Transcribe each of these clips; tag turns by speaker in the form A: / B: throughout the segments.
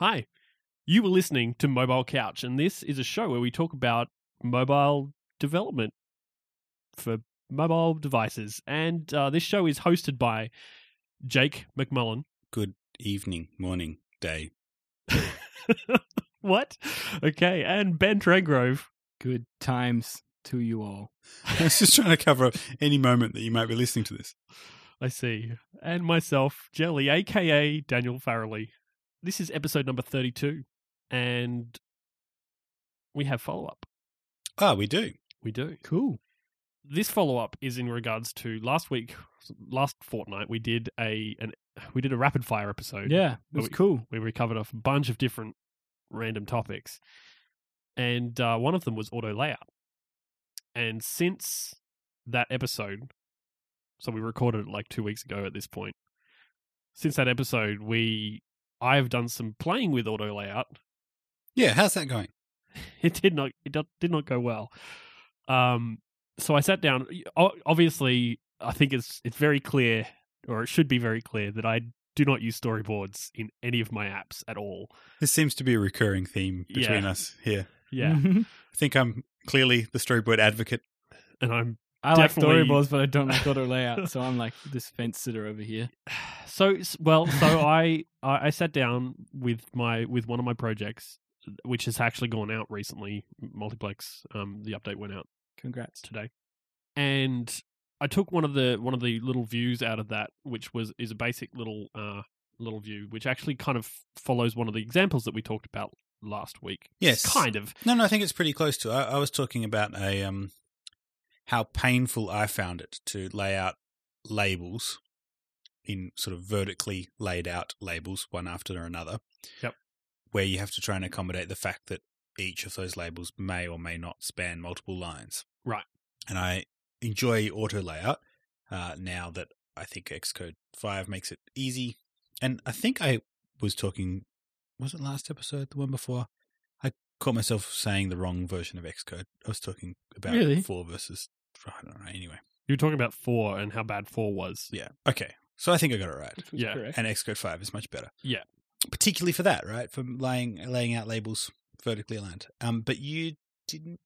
A: Hi. You were listening to Mobile Couch, and this is a show where we talk about mobile development for mobile devices. And uh, this show is hosted by Jake McMullen.
B: Good evening, morning, day.
A: What? Okay. And Ben Trangrove.
C: Good times to you all.
B: I was just trying to cover up any moment that you might be listening to this.
A: I see. And myself, Jelly, aka Daniel Farrelly. This is episode number 32, and we have follow up.
B: Ah, we do.
A: We do.
C: Cool.
A: this follow up is in regards to last week, last fortnight. We did a an we did a rapid fire episode.
C: Yeah, it was
A: we-
C: cool.
A: where we covered off a bunch of different random topics, and uh, one of them was auto layout. And since that episode, so we recorded it like two weeks ago at this point. Since that episode, we I have done some playing with auto layout
B: Yeah, how's that going?
A: it did not it do- did not go well. Um, so I sat down. O- Obviously, I think it's it's very clear, or it should be very clear, that I do not use storyboards in any of my apps at all.
B: This seems to be a recurring theme between
A: Yeah.
B: us here.
A: Yeah,
C: Mhm.
B: I think I'm clearly the storyboard advocate.
A: and I'm
C: I like
A: Definitely-
C: storyboards, but I don't like auto layout. So I'm like this fence sitter over here.
A: so s- well. So I I I sat down with my with one of my projects, which has actually gone out recently. Multiplex, um, the update went out
C: Congrats.
A: today, and I took one of the one of the little views out of that, which was is a basic little uh, little view, which actually kind of follows one of the examples that we talked about last week.
B: Yes.
A: kind of.
B: No, no, I think it's pretty close to. I, I was talking about a um, how painful I found it to lay out labels in sort of vertically laid out labels, one after another.
A: Yep.
B: Where you have to try and accommodate the fact that each of those labels may or may not span multiple lines.
A: Right.
B: And I enjoy auto layout uh, now that I think Xcode 5 makes it easy. And I think I was talking, was it last episode, the one before? I caught myself saying the wrong version of Xcode. I was talking about
C: Really?
B: 4 versus, I don't know, anyway.
A: You were talking about four and how bad four was.
B: Yeah. Okay. So I think I got it right.
C: Which was
A: Yeah.
C: correct.
B: And Xcode 5 is much better.
A: Yeah.
B: Particularly for that, right? For laying laying out labels vertically aligned. Um, but you didn't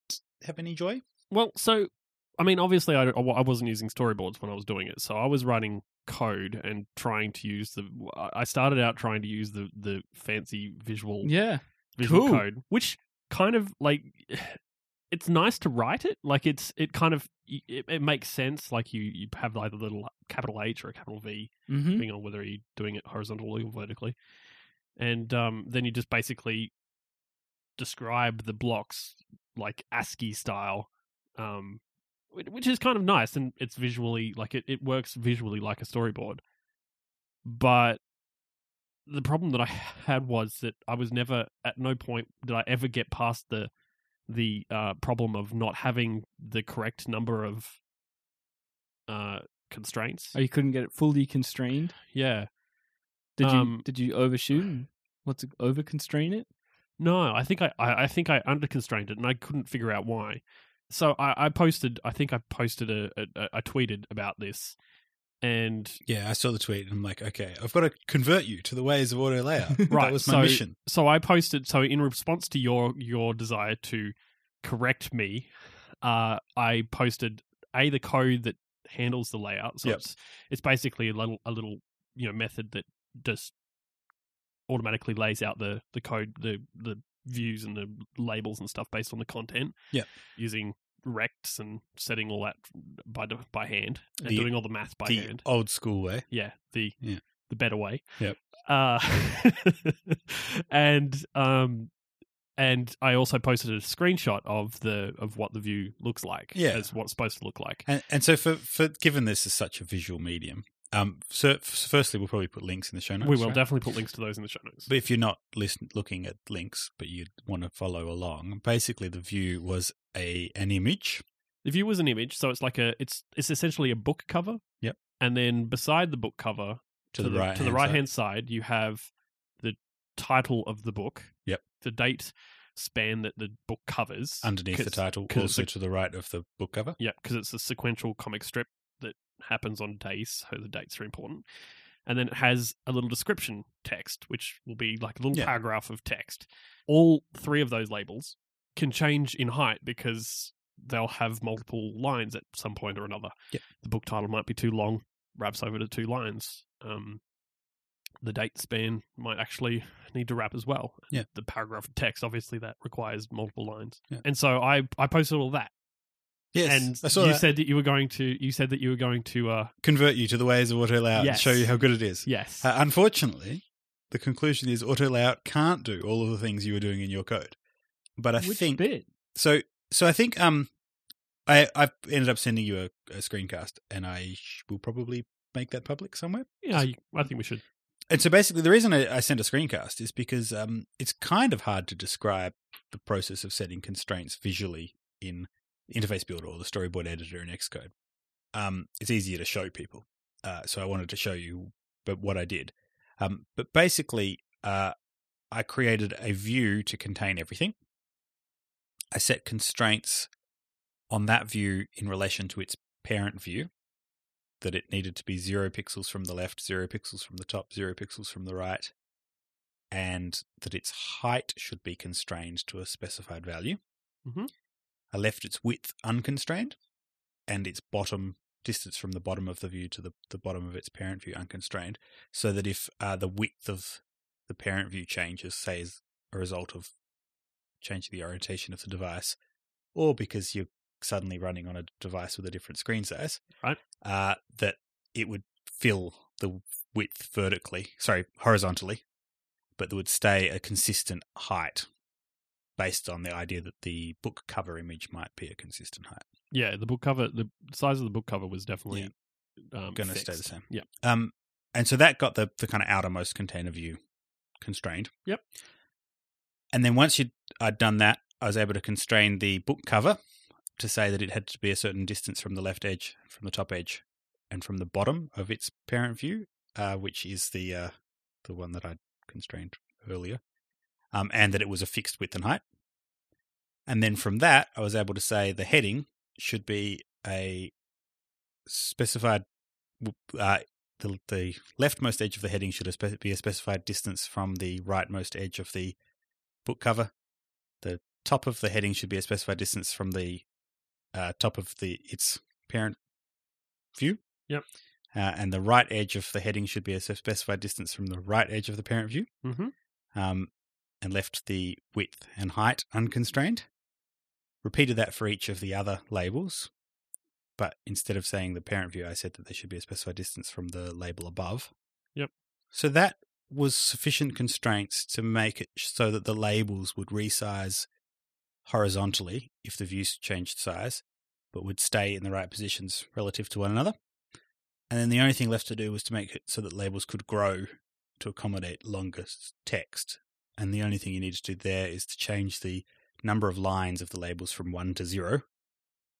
B: have any joy?
A: Well, so I mean, obviously, I, I wasn't using storyboards when I was doing it, so I was writing code and trying to use the. I started out trying to use the the fancy visual
C: Yeah.
A: visual
C: Cool.
A: code, which kind of like it's nice to write it. Like it's it kind of it, it makes sense. Like you you have like a little capital H or a capital V,
C: hmm
A: depending on whether you're doing it horizontally or vertically, and um, then you just basically describe the blocks like ASCII style, um, whi- which is kind of nice and it's visually like it, it works visually like a storyboard, but the problem that I had was that I was never at no point did I ever get past the the uh, problem of not having the correct number of uh, constraints.
C: Oh, you couldn't get it fully constrained.
A: Yeah.
C: Did you?
A: Um,
C: did you overshoot? and What's it, over constrain it?
A: No, I think I, I, I think I underconstrained it, and I couldn't figure out why. So I, I posted. I think I posted a, a, a I tweeted about this, and
B: Yeah, I saw the tweet and I'm like, okay, I've got to convert you to the ways of auto layout.
A: Right,
B: That was
A: so-
B: my mission.
A: so I posted. So in response to your your desire to correct me, uh, I posted a the code that handles the layout. So
B: Yep.
A: it's it's basically a little a little you know method that just automatically lays out the the code the the views and the labels and stuff based on the content.
B: Yep.
A: using rects and setting all that by de- by hand and
B: The-
A: doing all the math by
B: the
A: hand
B: old school way.
A: yeah the
B: Yeah.
A: the better way
B: Yep.
A: uh and um and i also posted a screenshot of the of what the view looks like
B: Yeah.
A: as what's supposed to look like
B: And, and so, for, for given this is such a visual medium, um, so f- firstly, we'll probably put links in the show notes.
A: we will
B: right?
A: definitely put links to those in the show notes
B: But if you're not listen, looking at links, but you want to follow along, basically the view was a an image.
A: the view was an image so it's like a it's it's essentially a book cover
B: Yep.
A: and then beside the book cover
B: To the right
A: to the
B: hand
A: right
B: side.
A: hand side you have the title of the book
B: Yep.
A: the date span that the book covers
B: Underneath the
A: 'cause-
B: title,
A: 'cause it's
B: also
A: a-
B: to the right of the book cover.
A: Yeah, because it's a sequential comic strip that happens on days, so the dates are important. and then it has a little description text, which will be like a little
B: Yeah.
A: paragraph of text. All three of those labels can change in height because they'll have multiple lines at some point or another.
B: Yep.
A: The book title might be too long, wraps over to two lines. Um, the date span might actually need to wrap as well. And
B: Yeah.
A: The paragraph of text, obviously, that requires multiple lines.
B: Yeah.
A: And so I, I posted all that.
B: Yes,
A: and
B: I saw
A: you
B: that.
A: said that you were going to, you said that you were going to, uh,
B: convert you to the ways of auto layout and
A: Yes.
B: show you how good it is.
A: yes.
B: Uh, unfortunately, the conclusion is auto layout can't do all of the things you were doing in your code. But I
C: Which
B: think
C: bit?
B: so. So I think um, I I ended up sending you a, a screencast, and I sh- will probably make that public somewhere.
A: yeah, you- I think we should.
B: And so basically, the reason I, I sent a screencast is because um, it's kind of hard to describe the process of setting constraints visually in Interface Builder or the Storyboard Editor in Xcode. Um, it's easier to show people, uh, so I wanted to show you, but what I did. Um, but basically, uh, I created a view to contain everything. I set constraints on that view in relation to its parent view that it needed to be zero pixels from the left, zero pixels from the top, zero pixels from the right, and that its height should be constrained to a specified value.
A: Mhm.
B: I left its width unconstrained and its bottom distance from the bottom of the view to the, the bottom of its parent view unconstrained, so that if uh, the width of the parent view changes, say, as a result of changing the orientation of the device, or because you're suddenly running on a device with a different screen size,
A: Right.
B: uh, that it would fill the width vertically, sorry, horizontally, but there would stay a consistent height based on the idea that the book cover image might be a consistent height.
A: Yeah, the book cover, the size of the book cover was definitely um,
B: going to stay the
A: fixed.
B: same.
A: Yeah.
B: Um, and so that got the the kind of outermost container view constrained.
A: Yep.
B: And then once you I'd done that, I was able to constrain the book cover to say that it had to be a certain distance from the left edge, from the top edge, and from the bottom of its parent view, uh, which is the uh, the one that I constrained earlier, um, and that it was a fixed width and height. And then from that, I was able to say the heading should be a specified w- uh, the the leftmost edge of the heading should a spe- be a specified distance from the rightmost edge of the book cover. The top of the heading should be a specified distance from the uh, top of the its parent view.
A: Yep.
B: Uh, and the right edge of the heading should be a s- specified distance from the right edge of the parent view
A: hmm
B: um, and left the width and height unconstrained. Repeated that for each of the other labels, but instead of saying the parent view, I said that there should be a specified distance from the label above.
A: Yep.
B: So that was sufficient constraints to make it so that the labels would resize horizontally if the views changed size, but would stay in the right positions relative to one another. And then the only thing left to do was to make it so that labels could grow to accommodate longer s- text. And the only thing you need to do there is to change the number of lines of the labels from one to zero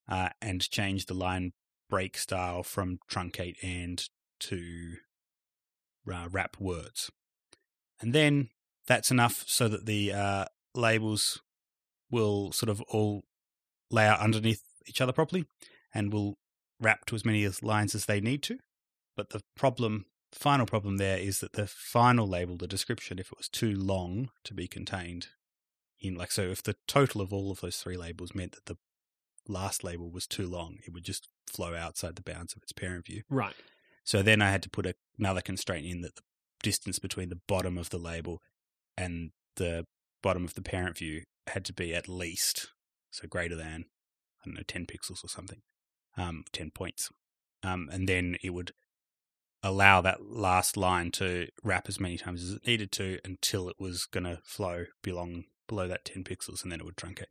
B: uh, and change the line break style from truncate and to uh, wrap words. And then that's enough so that the uh, labels will sort of all lay out underneath each other properly and will wrap to as many as- lines as they need to. But the problem final problem there is that the final label, the description, if it was too long to be contained in, like, so if the total of all of those three labels meant that the last label was too long, it would just flow outside the bounds of its parent view.
A: Right.
B: So then I had to put a- another constraint in that the distance between the bottom of the label and the bottom of the parent view had to be at least, so greater than, I don't know, 10 pixels or something, um, 10 points. Um, and then it would allow that last line to wrap as many times as it needed to until it was going to flow belong below that 10 pixels and then it would truncate.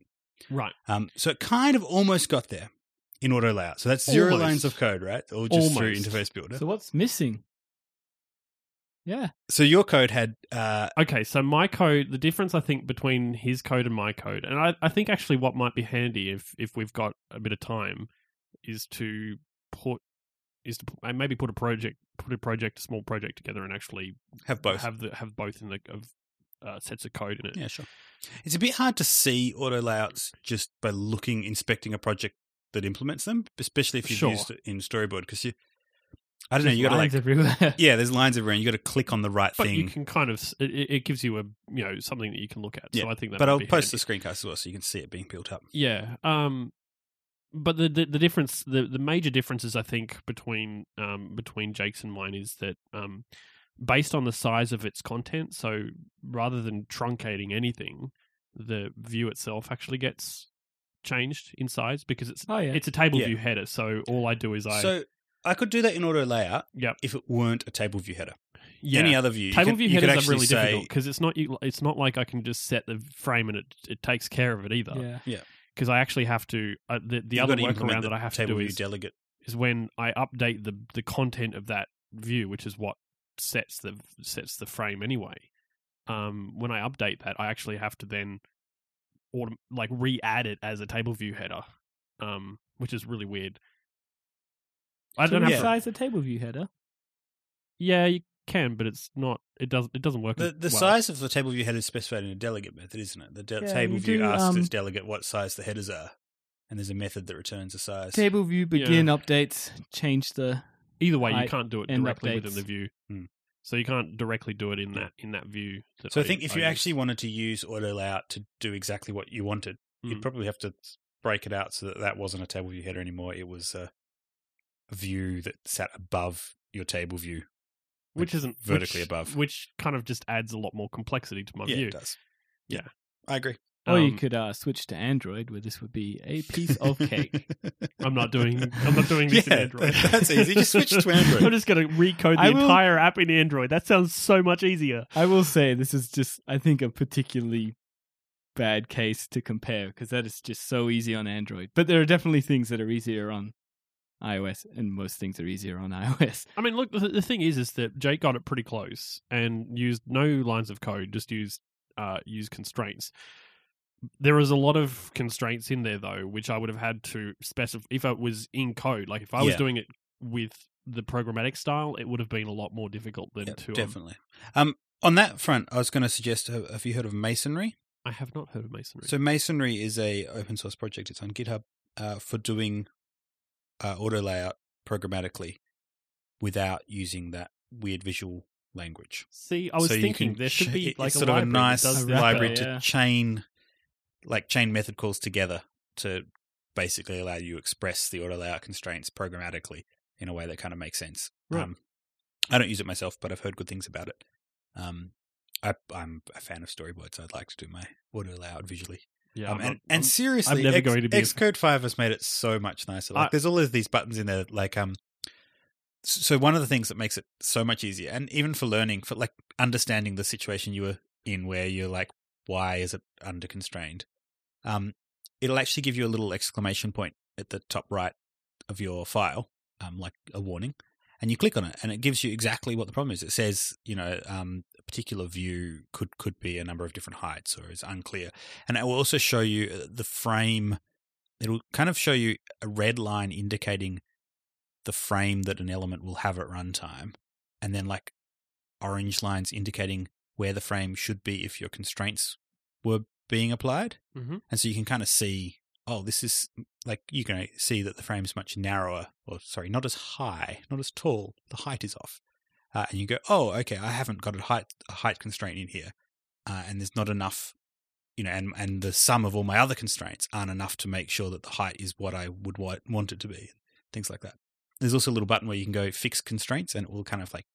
A: Right.
B: Um, so it kind of almost got there in auto layout. So that's zero
A: Almost.
B: lines of code, right? All just through
A: Almost.
B: interface builder.
C: So what's missing? Yeah.
B: So your code had uh
A: Okay, so my code, the difference I think between his code and my code, and I, I think actually what might be handy if if we've got a bit of time is to put is to put, maybe put a project put a project a small project together and actually
B: have both.
A: have the have both in the of uh, sets of code in it.
B: yeah, sure. It's a bit hard to see auto layouts just by looking inspecting a project that implements them, especially if you've
A: Sure.
B: used it in storyboard because you I don't know.
C: Just
B: You got to like,
C: lines everywhere.
B: yeah, there's lines everywhere. And you got to click on the right
A: But
B: thing.
A: you can kind of s- it, it it gives you a you know something that you can look at. So
B: Yeah,
A: I think that.
B: but
A: might
B: I'll
A: be
B: post
A: handy.
B: the screencast as well, so you can see it being built up.
A: Yeah. Um, but the, the the difference, the the major differences, I think, between um between Jake's and mine is that um, based on the size of its content, so rather than truncating anything, the view itself actually gets changed in size because it's
C: Oh yeah.
A: it's a table
B: Yeah.
A: view header. So all I do is I
B: So I could do that in auto layout
A: Yep.
B: if it weren't a table view header.
A: yeah.
B: Any other view, you
A: Table
B: can-
A: view
B: you could
A: headers are
B: actually
A: really
B: say,
A: difficult because it's not it's not like I can just set the frame and it it takes care of it either.
C: yeah.
A: because I actually have to. Uh, the the
B: you've
A: other
B: got to implement
A: workaround
B: the
A: that I have to
B: table
A: do
B: view
A: is,
B: delegate.
A: is when I update the the content of that view, which is what sets the sets the frame anyway. Um, when I update that, I actually have to then autom- like re-add it as a table view header, um, which is really weird. I
C: Can
A: don't
C: we
A: have. To,
C: size the table view header.
A: yeah, you can, but it's not. It doesn't. It doesn't work.
B: The,
A: as
B: the
A: well.
B: size of the table view header is specified in a delegate method, isn't it? The de-
C: Yeah,
B: table
C: you
B: view
C: do,
B: asks
C: um,
B: its delegate what size the headers are, and there's a method that returns a size.
C: Table view begin updates change the
A: Either way, you
C: height
A: can't do it
C: and
A: directly
C: updates.
A: within the view.
B: Hmm.
A: So you can't directly do it in that in that view. that
B: So I think if you
A: use.
B: actually wanted to use auto layout to do exactly what you wanted, you'd
A: Mm.
B: probably have to break it out so that that wasn't a table view header anymore. It was a view that sat above your table view. like,
A: which isn't
B: vertically
A: which-
B: above.
A: which kind of just adds a lot more complexity to my
B: yeah,
A: view.
B: it does.
A: Yeah.
B: I agree.
C: or you
A: Um,
C: could uh, switch to Android where this would be a piece of cake.
A: I'm not doing. I'm not doing this
B: Yeah,
A: in Android.
B: that- that's easy. Just switch to Android.
A: I'm just going to recode the
C: I will-
A: entire app in Android. That sounds so much easier.
C: I will say this is just I think a particularly bad case to compare because that is just so easy on Android. But there are definitely things that are easier on iOS and most things are easier on iOS.
A: I mean, look. The, the thing is, is that Jake got it pretty close and used no lines of code. Just used uh, used constraints. There is a lot of constraints in there though, which I would have had to specify if it was in code. Like if I was
B: Yeah.
A: doing it with the programmatic style, it would have been a lot more difficult than
B: Yeah,
A: to. um,
B: definitely. Um, on that front, I was going to suggest: have have you heard of Masonry?
A: I have not heard of masonry.
B: So Masonry is a open source project. It's on GitHub uh, for doing uh, auto layout programmatically without using that weird visual language.
A: See, I was
B: So you
A: thinking
B: can
A: there
B: ch-
A: should be
B: it's
A: like
B: sort
A: a
B: of a
A: library
B: nice
A: that does
C: wrapper,
A: that,
B: library
A: but-
B: to
C: yeah.
B: chain, like chain method calls together to basically allow you to express the auto layout constraints programmatically in a way that kind of makes sense.
A: Right.
B: Um, I don't use it myself, but I've heard good things about it. Um, I, I'm a fan of storyboards. I'd like to do my auto layout visually.
A: Yeah,
B: Um,
A: I'm
B: and,
A: not-
B: and
A: I'm-
B: seriously,
A: never
B: X-
A: going to be a-
B: Xcode Five has made it so much nicer.
A: I-
B: Like, there's all of these buttons in there. Like, um, s- so one of the things that makes it so much easier, and even for learning, for like understanding the situation you were in, where you're like, why is it under constrained? Um, it'll actually give you a little exclamation point at the top right of your file, um, like a warning, and you click on it, and it gives you exactly what the problem is. It says, you know, um, a particular view could could be a number of different heights or is unclear, and it will also show you uh, the frame. It'll kind of show you a red line indicating the frame that an element will have at runtime, and then like orange lines indicating where the frame should be if your constraints were being applied.
A: Mhm.
B: And so you can kind of see, oh, this is like you can see that the frame's much narrower, or sorry, not as high, not as tall. The height is off, uh, and you go, oh, okay, I haven't got a height a height constraint in here, uh, and there's not enough, you know, and and the sum of all my other constraints aren't enough to make sure that the height is what I would wa- want it to be, things like that. There's also a little button where you can go fix constraints, and it will kind of like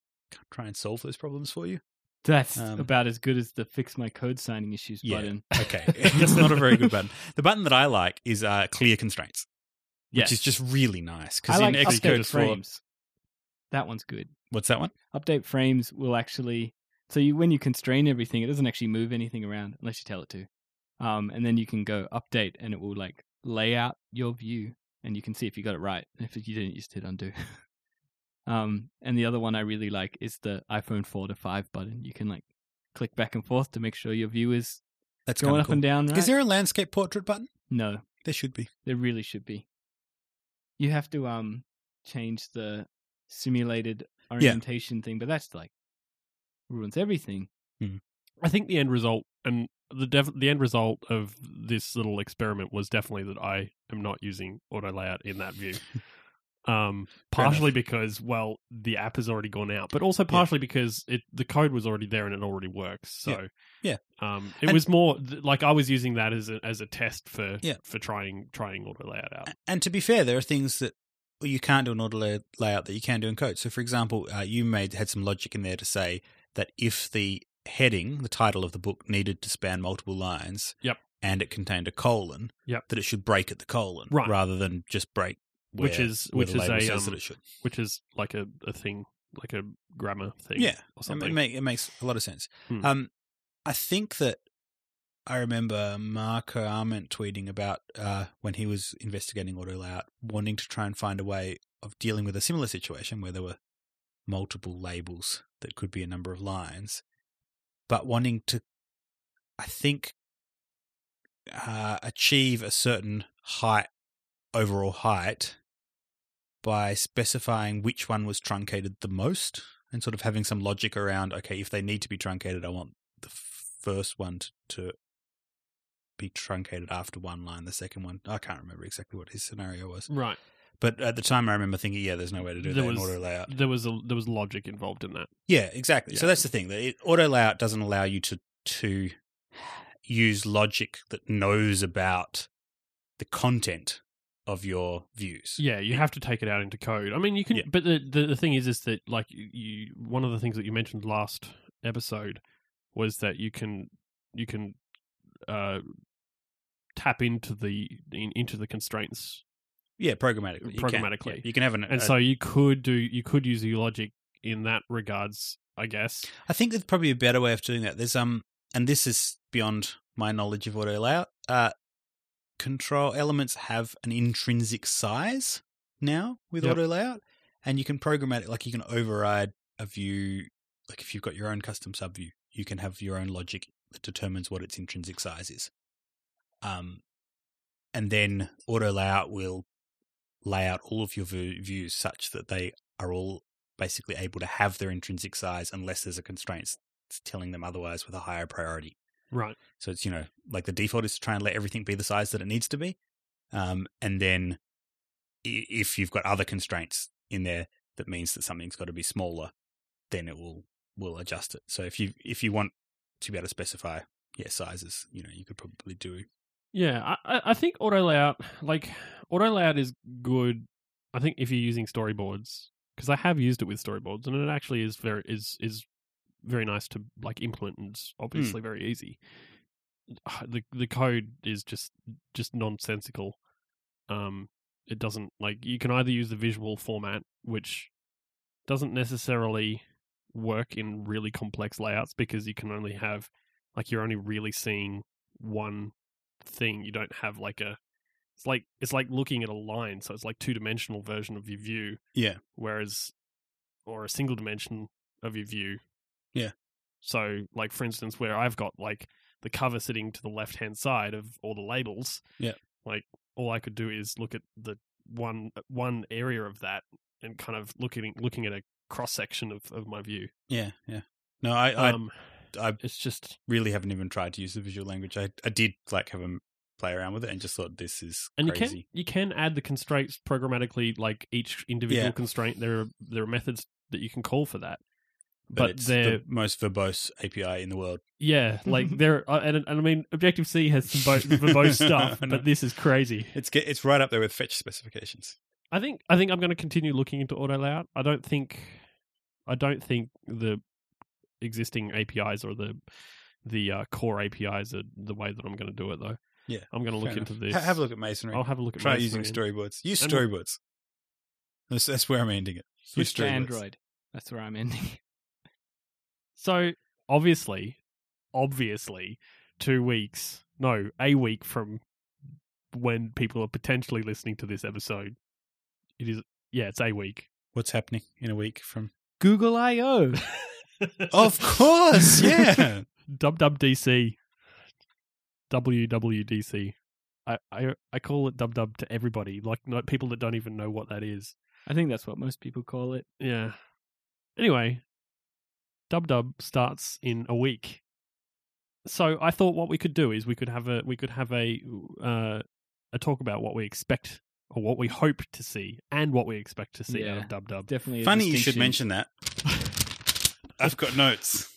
B: try and solve those problems for you.
C: That's
B: Um,
C: about as good as the fix my code signing issues
B: Yeah.
C: button.
B: Okay, it's not a very good button. The button that I like is uh, clear constraints.
A: yes.
B: which is just really nice.
C: I
B: Because
C: like
B: in
C: update
B: Xcode 4,
C: frames. That one's good.
B: what's that one?
C: Update frames will actually so you when you constrain everything, it doesn't actually move anything around unless you tell it to. Um, and then you can go update and it will like lay out your view and you can see if you got it right. And if you didn't, you just hit undo. um, and the other one I really like is the iPhone four to five button. You can like click back and forth to make sure your view is
B: That's
C: going
B: kinda
C: up and down. Right?
B: Is there a landscape portrait button?
C: no?
B: There should be.
C: There really should be. You have to um change the simulated orientation thing, but that's like ruins everything.
A: I think the end result and the def- the end result of this little experiment was definitely that I am not using auto layout in that view. Um,
B: Fair
A: partially
B: enough.
A: because well, the app has already gone out, but also partially because it the code was already there and it already works. So
B: Yeah. Yeah.
A: Um, it
B: And-
A: was more th- like I was using that as a, as a test for
B: Yeah.
A: for trying trying auto layout out.
B: A- And to be fair, there are things that you can't do in auto lay- layout that you can do in code. So, for example, uh, you made had some logic in there to say that if the heading, the title of the book, needed to span multiple lines,
A: Yep.
B: and it contained a colon,
A: Yep.
B: that it should break at the colon
A: Right.
B: rather than just break. Where,
A: Which is-
B: where
A: which is
B: the label
A: a,
B: says
A: um,
B: that it should.
A: which is like a, a thing, like a grammar thing.
B: Yeah,
A: or
B: It ma-
A: something.
B: It, make, it makes a lot of sense.
A: Hmm.
B: Um, I think that I remember Marco Arment tweeting about uh, when he was investigating auto layout, wanting to try and find a way of dealing with a similar situation where there were multiple labels that could be a number of lines, but wanting to, I think, uh, achieve a certain height, overall height, by specifying which one was truncated the most and sort of having some logic around okay if they need to be truncated i want the f- first one to, to be truncated after one line the second one i can't remember exactly what his scenario was
A: Right.
B: but at the time i remember thinking yeah there's no way to do
A: There
B: that
A: was-
B: in auto layout
A: There was a there was logic involved in that.
B: yeah exactly so
A: Yeah.
B: that's the thing that it, auto layout doesn't allow you to to use logic that knows about the content of your views
A: Yeah, you have to take it out into code. I mean, you can,
B: Yeah.
A: but the, the the thing is, is that like you- you one of the things that you mentioned last episode was that you can you can uh tap into the in, into the constraints,
B: yeah programmatically you can.
A: Programmatically.
B: Yeah, you can have an
A: and
B: a-
A: so you could do you could use your logic in that regards, I guess.
B: I think there's probably a better way of doing that. There's um, and this is beyond my knowledge of auto layout. Uh, control elements have an intrinsic size now with
A: Yep.
B: auto layout, and you can program it like you can override a view. Like if you've got your own custom subview, you can have your own logic that determines what its intrinsic size is. Um, and then auto layout will lay out all of your view- views such that they are all basically able to have their intrinsic size unless there's a constraint s- telling them otherwise with a higher priority.
A: Right.
B: So it's, you know, like the default is to try and let everything be the size that it needs to be. Um, and then i- if you've got other constraints in there that means that something's got to be smaller, then it will will adjust it. So if you if you want to be able to specify yeah sizes, you know, you could probably do
A: Yeah, I- I, I think auto layout, like auto layout, is good. I think if you're using storyboards, because I have used it with storyboards, and it actually is very is is very nice to like implement, and it's obviously very easy. Ah, The the code is just just nonsensical. Um, it doesn't like you can either use the visual format, which doesn't necessarily work in really complex layouts because you can only have like you're only really seeing one thing. You don't have like a it's like it's like looking at a line, so it's like two dimensional version of your view.
B: Yeah.
A: Whereas or a single dimension of your view.
B: Yeah.
A: So like for instance where I've got like the cover sitting to the left hand side of all the labels.
B: Yeah.
A: Like all I could do is look at the one one area of that and kind of looking looking at a cross section of, of my view.
B: Yeah, yeah. No, I
A: Um
B: I
A: it's just
B: really haven't even tried to use the visual language. I, I did like have him play around with it and just thought this is
A: and
B: crazy.
A: you can you can add the constraints programmatically like each individual
B: Yeah.
A: constraint there are there are methods that you can call for that
B: but,
A: but
B: it's
A: they're
B: the most verbose API in the world.
A: yeah like they're uh, and, and i mean objective c has some bo- verbose stuff
B: I know.
A: but this is crazy
B: It's ge- it's right up there with fetch specifications.
A: i think i think i'm going to continue looking into auto layout i don't think i don't think the existing apis or the the uh, core apis are the way that i'm going to do it though
B: Yeah,
A: i'm going to look
B: Fair
A: into
B: enough.
A: this
B: Ha- have a look at masonry.
A: i'll have a look at
B: Try
A: Masonry
B: using
A: and-
B: storyboards. Use
A: and-
B: storyboards. That's, that's where I'm ending it. Use
C: Switch to
B: storyboards.
C: Android. That's where I'm ending.
A: So obviously, obviously, two weeks, no, a week from when people are potentially listening to this episode. It is, yeah, it's a week.
B: What's happening in a week from?
C: Google I/O.
B: Of course, yeah.
A: WWDC, WWDC. I, I I call it dub dub to everybody, like no, people that don't even know what that is.
C: I think that's what most people call it.
A: Yeah. Anyway, Dub Dub starts in a week. So I thought what we could do is we could have a we could have a uh, a talk about what we expect or what we hope to see and what we expect to see out
C: Yeah.
A: of Dub Dub.
C: Definitely. a
B: Funny you should mention
C: distinction.
B: that. I've got notes.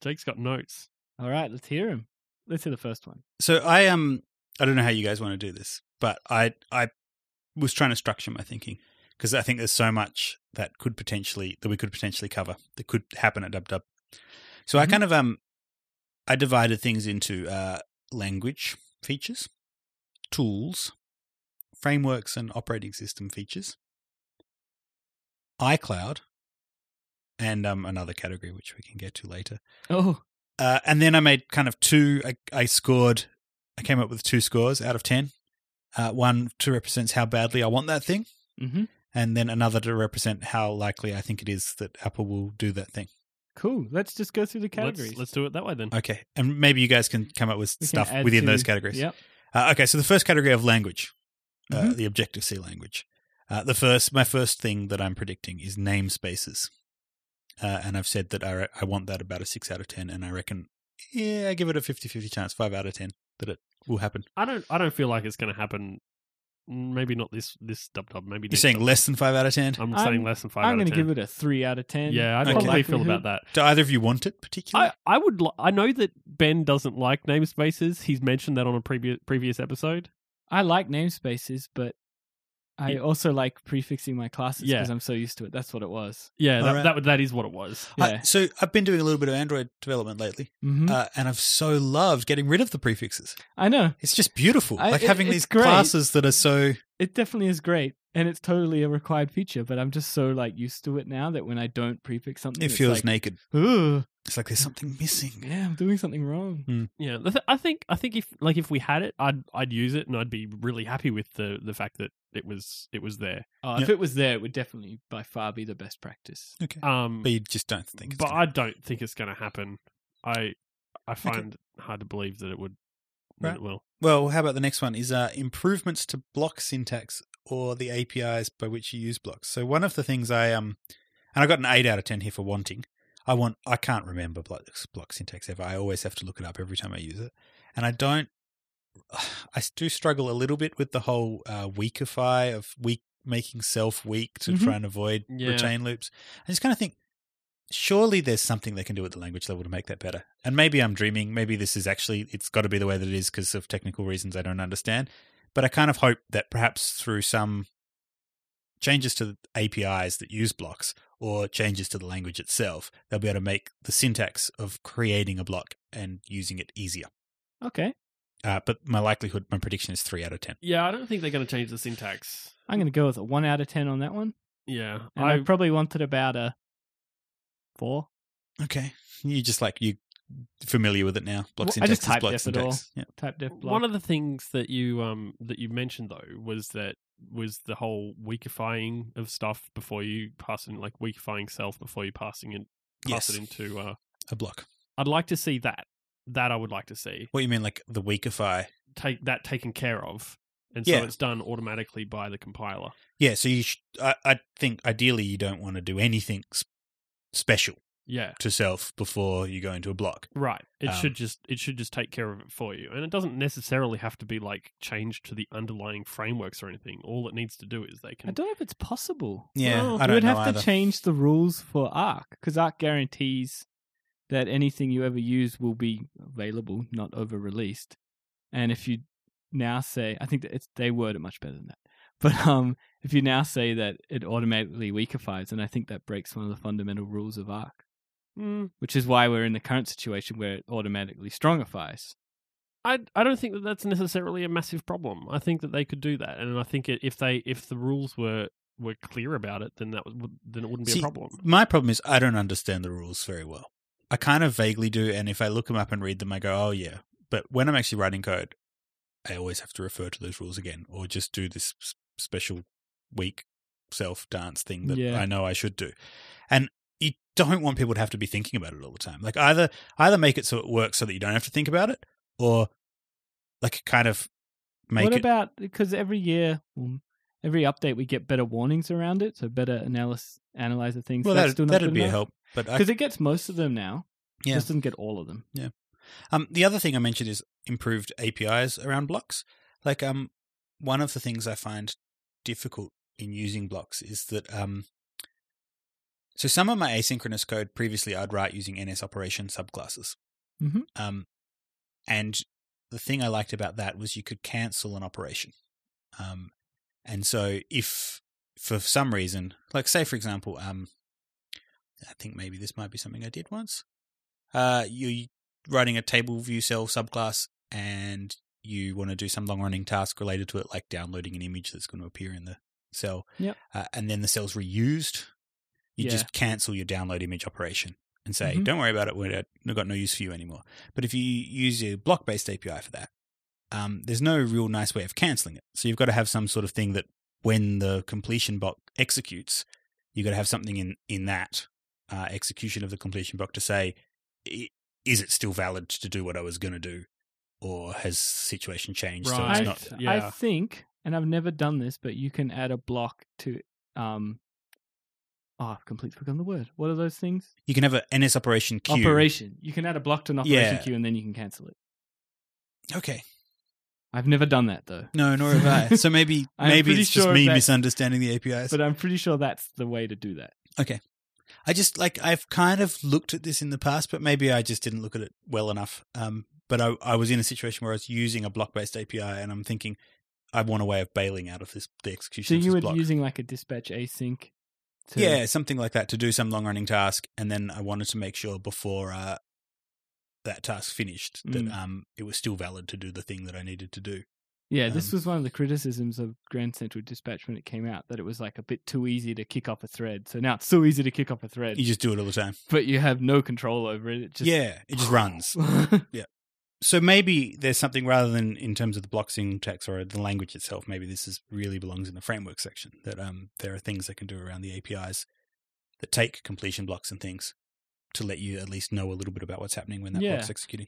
A: Jake's got notes.
C: All right, let's hear him. Let's hear the first one.
B: So I um I don't know how you guys want to do this, but I I was trying to structure my thinking because I think there's so much that could potentially that we could potentially cover that could happen at Dub Dub. So I kind of um I divided things into uh language features, tools, frameworks and operating system features, iCloud, and um another category which we can get to later.
C: Oh,
B: Uh, and then I made kind of two. I, I scored. I came up with two scores out of ten. Uh, one to represents how badly I want that thing,
C: mm-hmm.
B: and then another to represent how likely I think it is that Apple will do that thing.
C: cool. Let's just go through the categories.
A: Let's, let's do it that way then.
B: Okay, and maybe you guys can come up with
C: We can
B: stuff
C: add
B: within
C: to-
B: those categories.
C: Yep.
B: Uh, okay, so the first category of language, uh,
C: Mhm.
B: the Objective C language. Uh, the first, my first thing that I'm predicting is namespaces, uh, and I've said that I re- I want that about a six out of ten, and I reckon yeah, I give it a 50-50 chance, five out of ten that it will happen.
A: I don't. I don't feel like it's going to happen. Maybe not this this Dub Dub. Maybe
B: You're
A: next
B: saying
A: Dub Dub.
B: less than five out of ten?
A: I'm,
C: I'm-
A: saying less than five.
C: I'm
A: going
C: going
A: to
C: to give it a three out of ten.
A: Yeah, I
B: Okay.
A: don't really feel
C: Likelihood.
A: about that.
B: Do either of you want it particularly?
A: I, I would li- I know that Ben doesn't like namespaces. He's mentioned that on a previous previous episode.
C: I like namespaces, but I
A: Yeah.
C: also like prefixing my classes
A: Yeah.
C: because I'm so used to it. That's what it was.
A: Yeah, that,
B: Alright.
A: that that is what it was.
B: I-
C: yeah.
B: Uh, so I've been doing a little bit of Android development lately,
C: Mhm.
B: uh, and I've so loved getting rid of the prefixes.
C: I know
B: It's just beautiful,
C: I-
B: like
C: it-
B: having
C: it's
B: these
C: great.
B: classes that are so.
C: it definitely is great, and it's totally a required feature. But I'm just so like used to it now that when I don't prefix something,
B: It
C: it's
B: feels
C: like,
B: naked.
C: "Ugh,
B: It's like there's something missing.
C: yeah, I'm doing something wrong.
A: Yeah, the th- I think I think if like if we had it, I'd I'd use it and I'd be really happy with the the fact that it was it was there.
C: Oh, If
B: Yeah.
C: it was there, it would definitely by far be the best practice.
B: Okay,
A: Um,
B: but you just don't think. It's
A: but
B: gonna-
A: I don't think it's going to happen. I I find it hard to believe that it would. that
B: Right.
A: it will.
B: well, how about the next one? Is uh, improvements to block syntax or the APIs by which you use blocks. So one of the things I um, and I got an eight out of ten here for wanting. I want. I can't remember block, block syntax ever. I always have to look it up every time I use it, and I don't. I do struggle a little bit with the whole uh, weakify of weak making self weak to
C: Mhm.
B: try and avoid
A: Yeah.
B: retain loops. I just kind of think. Surely there's something they can do at the language level to make that better. And maybe I'm dreaming. Maybe this is actually, it's got to be the way that it is because of technical reasons I don't understand. But I kind of hope that perhaps through some changes to the APIs that use blocks or changes to the language itself, they'll be able to make the syntax of creating a block and using it easier.
C: Okay,
B: Uh, but my likelihood, my prediction is three out of ten.
A: Yeah, I don't think they're going to change the syntax.
C: I'm going to go with a one out of ten on that one.
A: Yeah,
C: And I, probably wanted about a four.
B: Okay, you just like you familiar with it now. Block
C: Well, I
B: syntax
C: just
B: is
C: typed
B: block
C: this at
B: syntax. Yeah.
C: Type def block.
A: One of the things that you um that you mentioned though was that was the whole weakifying of stuff before you pass in like weakifying self before you passing in pass
B: Yes,
A: it into uh
B: a block.
A: I'd like to see that. That I would like to see.
B: What you mean, like the weakify?
A: Take that taken care of. And
B: Yeah.
A: so it's done automatically by the compiler.
B: Yeah. So you, sh- I, I think ideally you don't want to do anything s- special
A: Yeah.
B: to self before you go into a block.
A: Right. It
B: Um,
A: should just it should just take care of it for you. And it doesn't necessarily have to be like changed to the underlying frameworks or anything. All it needs to do is they
C: I
A: can
C: don't know if it's possible.
B: Yeah,
A: Well,
B: I
C: you
B: don't
C: would
B: know
C: have
B: either.
C: to change the rules for Arc because Arc guarantees that anything you ever use will be available, not over released. And if you now say, I think that it's they word it much better than that. But um, if you now say that it automatically weakifies, and I think that breaks one of the fundamental rules of Arc,
A: Mm,
C: which is why we're in the current situation where it automatically strongifies.
A: I I don't think that that's necessarily a massive problem. I think that they could do that, and I think it, if they if the rules were were clear about it, then that would then it wouldn't be
B: See,
A: a problem.
B: My problem is I don't understand the rules very well. I kind of vaguely do, and if I look them up and read them, I go, "Oh yeah." But when I'm actually writing code, I always have to refer to those rules again, or just do this s- special weak self dance thing that
C: Yeah.
B: I know I should do. And you don't want people to have to be thinking about it all the time. Like either either make it so it works so that you don't have to think about it, or like kind of make
C: what
B: it.
C: about because every year, mm, every update, we get better warnings around it, so better analysis, analyze of things.
B: well,
C: That's
B: that
C: still not
B: that'd
C: good
B: be a
C: enough?
B: help. But I
C: because it gets most of them now.
B: Yeah.
C: Just doesn't get all of them.
B: Um, the other thing I mentioned is improved APIs around blocks. Like, um, one of the things I find difficult in using blocks is that um, so some of my asynchronous code previously I'd write using NS operation subclasses.
C: Mhm.
B: Um, and the thing I liked about that was you could cancel an operation. Um, and so if for some reason, like say for example, um, I think maybe this might be something I did once. Uh, you're writing a table view cell subclass and you want to do some long running task related to it, like downloading an image that's going to appear in the cell.
C: Yep.
B: Uh, and then the cell's reused. You
C: Yeah.
B: just cancel your download image operation and say,
C: Mhm.
B: don't worry about it. We've got no use for you anymore. But if you use a block based API for that, um, there's no real nice way of canceling it. So you've got to have some sort of thing that when the completion block executes, you've got to have something in, in that uh, execution of the completion block to say, "I- is it still valid to do what I was going to do? Or has situation changed? So
A: Right.
B: Uh, it's
C: I,
B: not.
C: th- I
A: yeah.
C: think, and I've never done this, but you can add a block to um. Oh, I've completely forgotten the word. What are those things?
B: You can have an NS operation queue.
C: Operation. You can add a block to an operation
B: Yeah.
C: queue, and then you can cancel it.
B: Okay.
C: I've never done that though,
B: No, nor have I. So maybe
C: I'm
B: maybe
C: pretty
B: it's
C: sure
B: just me
C: that-
B: misunderstanding the APIs.
C: but uh I'm pretty sure that's the way to do that.
B: I just like I've kind of looked at this in the past, but maybe I just didn't look at it well enough. Um, but I, I was in a situation where I was using a block-based API, and I'm thinking I want a way of bailing out of this the
C: So
B: execution of
C: you
B: this
C: were
B: block.
C: using like a dispatch async. To,
B: yeah, something like that to do some long-running task, and then I wanted to make sure before uh, that task finished that
C: Mm.
B: um, it was still valid to do the thing that I needed to do.
C: Yeah, this
B: Um,
C: was one of the criticisms of Grand Central Dispatch when it came out that it was like a bit too easy to kick off a thread. So now it's so easy to kick off a thread,
B: You just do it all the time.
C: but you have no control over it. It just
B: yeah, it just runs. so maybe there's something rather than in terms of the block syntax or the language itself. Maybe this is really belongs in the framework section. That um, there are things that can do around the APIs that take completion blocks and things to let you at least know a little bit about what's happening when that
C: Yeah.
B: block's executing.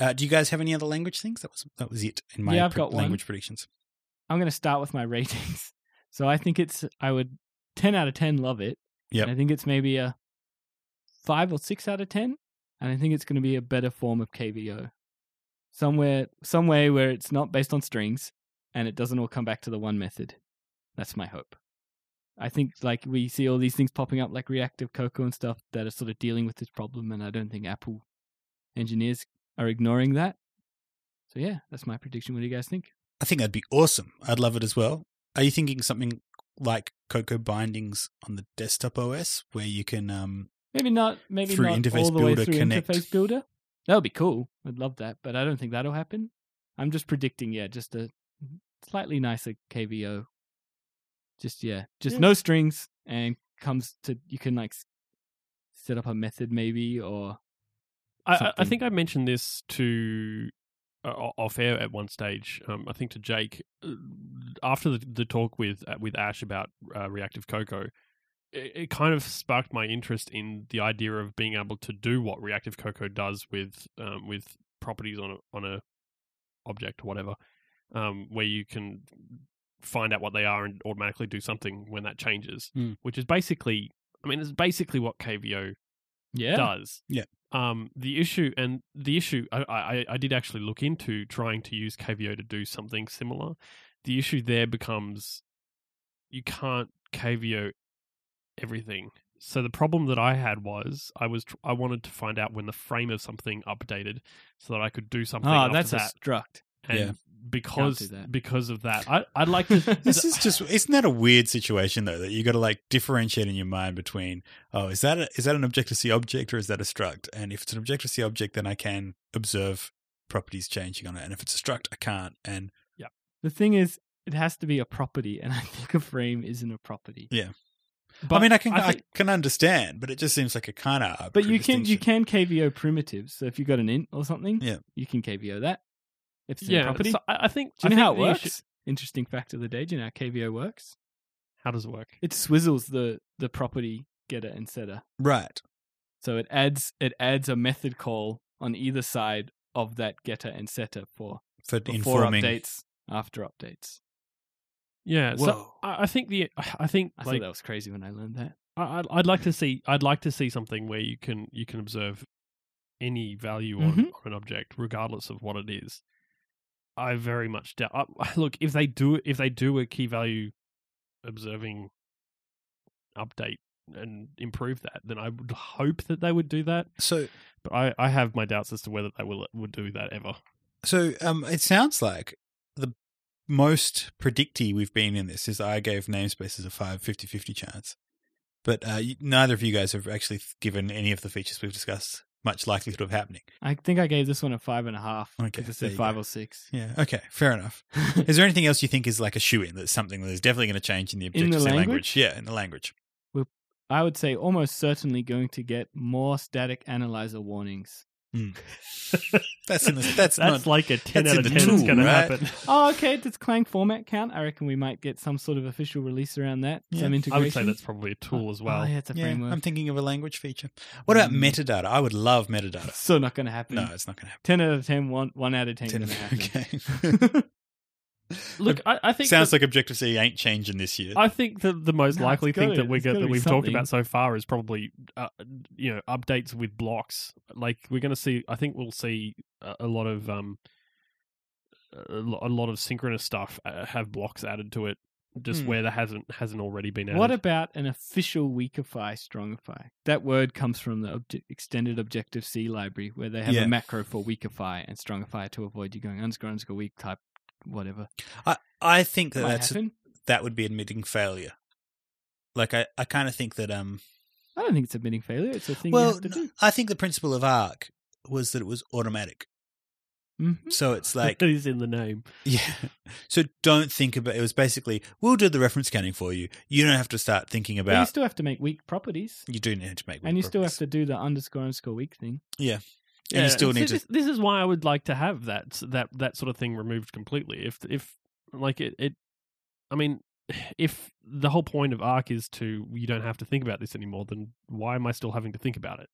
B: Uh, do you guys have any other language things? That was that was it in my
C: Yeah, I've
B: pre-
C: got one.
B: language predictions.
C: I'm going to start with my ratings. So I think it's I would 10 out of 10 love it.
B: Yep.
C: And I think it's maybe a 5 or 6 out of 10 and I think it's going to be a better form of KVO. Somewhere some way where it's not based on strings and it doesn't all come back to the one method. That's my hope. I think like we see all these things popping up like reactive cocoa and stuff that are sort of dealing with this problem and I don't think Apple engineers are ignoring that. So yeah, that's my prediction. What do you guys think?
B: I think that'd be awesome. I'd love it as well. Are you thinking something like Cocoa bindings on the desktop OS, where you can um,
C: Maybe not. Maybe
B: Through
C: not
B: Interface
C: all the way
B: Builder
C: through
B: Connect.
C: interface builder. That would be cool. I'd love that, but I don't think that'll happen. I'm just predicting, yeah, just a slightly nicer KVO. Just yeah, just
A: Yeah.
C: no strings and comes to you can like s- set up a method maybe or
A: I, I- I
C: something.
A: think I mentioned this to uh, o- off air at one stage. Um, I think to Jake uh, after the, the talk with uh, with Ash about uh, reactive Cocoa. It, it kind of sparked my interest in the idea of being able to do what reactive Cocoa does with um, with properties on a, on a object or whatever, um, where you can find out what they are and automatically do something when that changes,
B: Mm.
A: which is basically. I mean, it's basically what KVO
C: yeah.
A: does.
B: Yeah.
A: Um, the issue and the issue I, I, I did actually look into trying to use KVO to do something similar. The issue there becomes you can't KVO everything. So the problem that I had was I was tr- I wanted to find out when the frame of something updated so that I could do something
C: Ah,
A: after
C: that's a
A: that.
C: struct.
A: and
B: Yeah.
A: because
C: do that.
A: because of that, I I'd like to
B: This is just isn't that a weird situation though that you got to like differentiate in your mind between oh is that a, is that an objective C object or is that a struct and if it's an objective C object then I can observe properties changing on it and if it's a struct I can't and
C: The thing is, it has to be a property, and I think a frame isn't a property.
B: Yeah.
C: But
B: I mean I can I,
C: think-
B: can understand but it just seems like a kind of
C: But you can you can KVO primitives. So if you got an int or something,
B: Yeah.
C: you can KVO that. If it's in a
A: yeah.
C: property.
A: so I, I think
C: do
A: I
C: you know
A: think
C: how it
A: the
C: works?
A: issue-
C: Interesting fact of the day. Do you know how KVO works?
A: how does it work?
C: It swizzles the the property getter and setter.
B: right
C: So it adds it adds a method call on either side of that getter and setter for
B: for
C: before
B: informing
C: updates, after updates.
A: Yeah. So
B: Whoa.
A: I, I think the I think
C: I
A: like
C: thought that was crazy when I learned that.
A: I- I'd, I'd like to see. I'd like to see something where you can you can observe any value on,
B: Mm-hmm.
C: Mhm.
A: on an object, regardless of what it is. I very much doubt. I, look, if they do if they do a key value observing update and improve that, then I would hope that they would do that.
B: So
A: But I, I have my doubts as to whether they will would do that ever.
B: So um, it sounds like the most predicty we've been in this is I gave namespaces a 5 50 50 chance. But uh, you- neither of you guys have actually given any of the features we've discussed much likelihood of happening.
C: I think I gave this one a five and a half.
B: Okay,
C: Because it
B: there
C: said
B: you
C: five
B: go.
C: or six.
B: Yeah. Okay. Fair enough. Is there anything else you think is like a shoe in that's something that is definitely going to change in the
C: the
B: objective C
C: language?
B: Yeah, in the language.
C: I would say almost certainly going to get more static analyzer warnings.
B: That's in the, that's,
A: that's
B: not
A: like a ten
B: that's
A: out
B: in
A: of
B: the
A: ten. It's
B: tool,
A: going to
B: right?
A: happen.
C: Oh, okay. Does Clang format count? I reckon we might get some sort of official release around that.
B: Yeah.
C: Some
B: I
C: integration.
A: I would say that's probably a tool as well.
C: Oh, yeah, it's a
B: yeah,
C: framework.
B: I'm thinking of a language feature. What about
C: Mm.
B: metadata? I would love metadata.
C: so not going to happen.
B: No, it's not going to happen.
C: Ten out of ten. One one out of ten. Gonna happen.
B: okay.
A: Look, I, I think
B: Sounds
A: that,
B: like Objective C ain't changing this year.
A: I think that the most
C: No,
A: likely
C: it's gotta-
A: thing that we
C: it's
A: get,
C: gotta
A: that
C: be
A: we've talked
C: something.
A: about so far is probably uh, you know updates with blocks. Like we're going to see, I think we'll see a, a lot of um a lo- a lot of synchronous stuff uh, have blocks added to it, just
B: Hmm.
A: where there hasn't hasn't already been added.
C: What about an official weakify, strongify? That word comes from the obje- extended Objective C library, where they have
B: Yeah.
C: a macro for weakify and strongify to avoid you going underscore underscore weak type whatever.
B: I, I think that
C: Might
B: that's,
C: happen.
B: that would be admitting failure. Like I, I kind of think that um
C: I don't think it's admitting failure. It's a thing you
B: well
C: have to do.
B: I think the principle of ARC was that it was automatic.
C: Mhm.
B: So it's like
A: that is in the name.
B: yeah. So don't think about it was basically we'll do the reference scanning for you. You don't have to start thinking
C: But you
B: about
C: still have to make weak properties,
B: you do need to make
C: and you still have
B: progress.
C: to do the underscore underscore weak thing.
B: and you still
A: see,
B: need to
A: This, this is why I would like to have that that that sort of thing removed completely. If if like it, it I mean, if the whole point of Arc is to you don't have to think about this anymore, then why am I still having to think about it?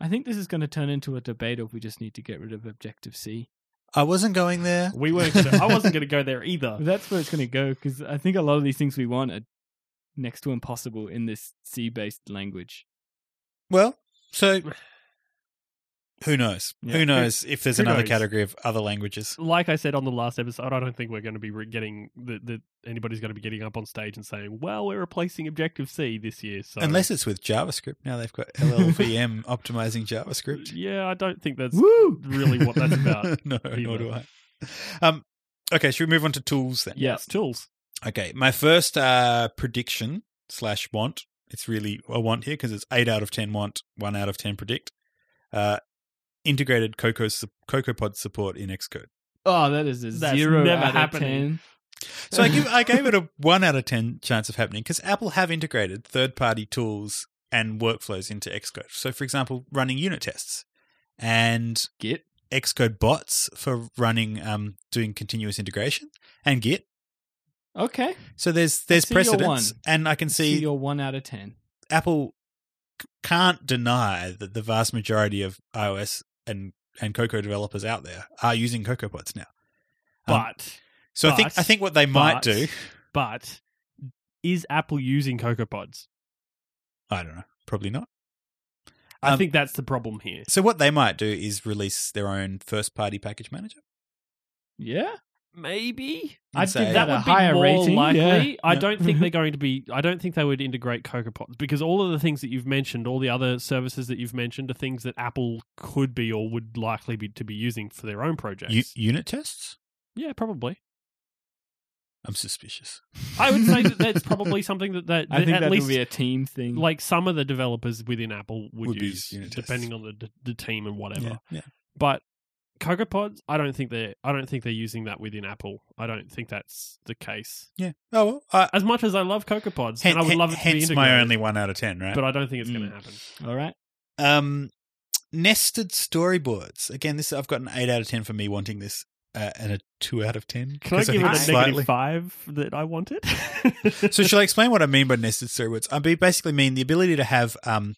C: I think this is going to turn into a debate of we just need to get rid of Objective C.
B: I wasn't going there.
A: We weren't. Gonna, I wasn't going to go there either.
C: That's where it's going to go because I think a lot of these things we want are next to impossible in this C based language.
B: Well, so who knows?
C: Yeah.
B: Who knows if there's
A: who
B: another
A: knows?
B: category of other languages?
A: Like I said on the last episode, I don't think we're going to be re- getting that that anybody's going to be getting up on stage and saying, "Well, we're replacing Objective C this year." So
B: Unless it's with JavaScript. Now they've got LLVM optimizing JavaScript.
A: yeah, I don't think that's
C: Woo!
A: really what that's about.
B: no, nor
A: either.
B: do I. Um, okay, should we move on to tools then?
C: Yeah.
A: It's tools.
B: Okay, my first uh, prediction slash want. It's really a want here because it's eight out of ten want, one out of ten predict. Uh, integrated Cocoa su- CocoaPod support in Xcode.
C: Oh, that is a
A: That's
C: zero
A: never
C: out of
A: happening.
C: ten.
B: So I give I gave it a one out of ten chance of happening because Apple have integrated third party tools and workflows into Xcode. So for example, running unit tests and
C: Git.
B: Xcode bots for running um doing continuous integration and Git.
C: Okay.
B: So there's there's
C: see your
B: precedence,
C: one.
B: and I can
C: See,
B: see,
C: you're one out of ten.
B: Apple c- can't deny that the vast majority of iOS and and Cocoa developers out there are using CocoaPods now. Um,
A: But
B: so I think
A: but-
B: I think what they might
A: but-
B: do,
A: but is Apple using CocoaPods?
B: I don't know, probably not.
A: I
B: Um,
A: think that's the problem here.
B: So what they might do is release their own first party package manager.
C: Yeah.
A: Maybe
B: and
C: I did
B: say-
A: that
C: a
A: would be
C: higher
A: more
C: rating,
A: likely.
C: yeah.
A: I
B: Yeah.
A: don't think
C: Mhm.
A: they're going to be. I don't think they would integrate CocoaPods because all of the things that you've mentioned, all the other services that you've mentioned, are things that Apple could be or would likely be to be using for their own projects.
B: U- unit tests.
A: yeah, probably.
B: I'm suspicious.
A: I would say that that's probably something that that,
C: I
A: that
C: think
A: at
C: that
A: least
C: will be a team thing.
A: like some of the developers within Apple would,
B: Would be
A: use,
B: unit tests.
A: depending on the d- the team and whatever.
B: Yeah, yeah.
A: But CocoaPods, I don't think they're. I don't think they're using that within Apple. I don't think that's the case.
B: yeah. Oh, well, I,
A: As much as I love CocoaPods,
B: hen-
A: and I would
B: hen-
A: love it to be
B: hence
A: integrated,
B: my only one out of ten, right?
A: but I don't think it's going
C: Mm.
A: to happen.
C: All right.
B: Um, nested storyboards. Again, this I've got an eight out of ten for me wanting this, uh, and a two out of ten.
A: Can I
B: 'cause
A: give it a
B: think
A: negative five that I wanted?
B: so, shall I explain what I mean by nested storyboards? I be- basically mean the ability to have um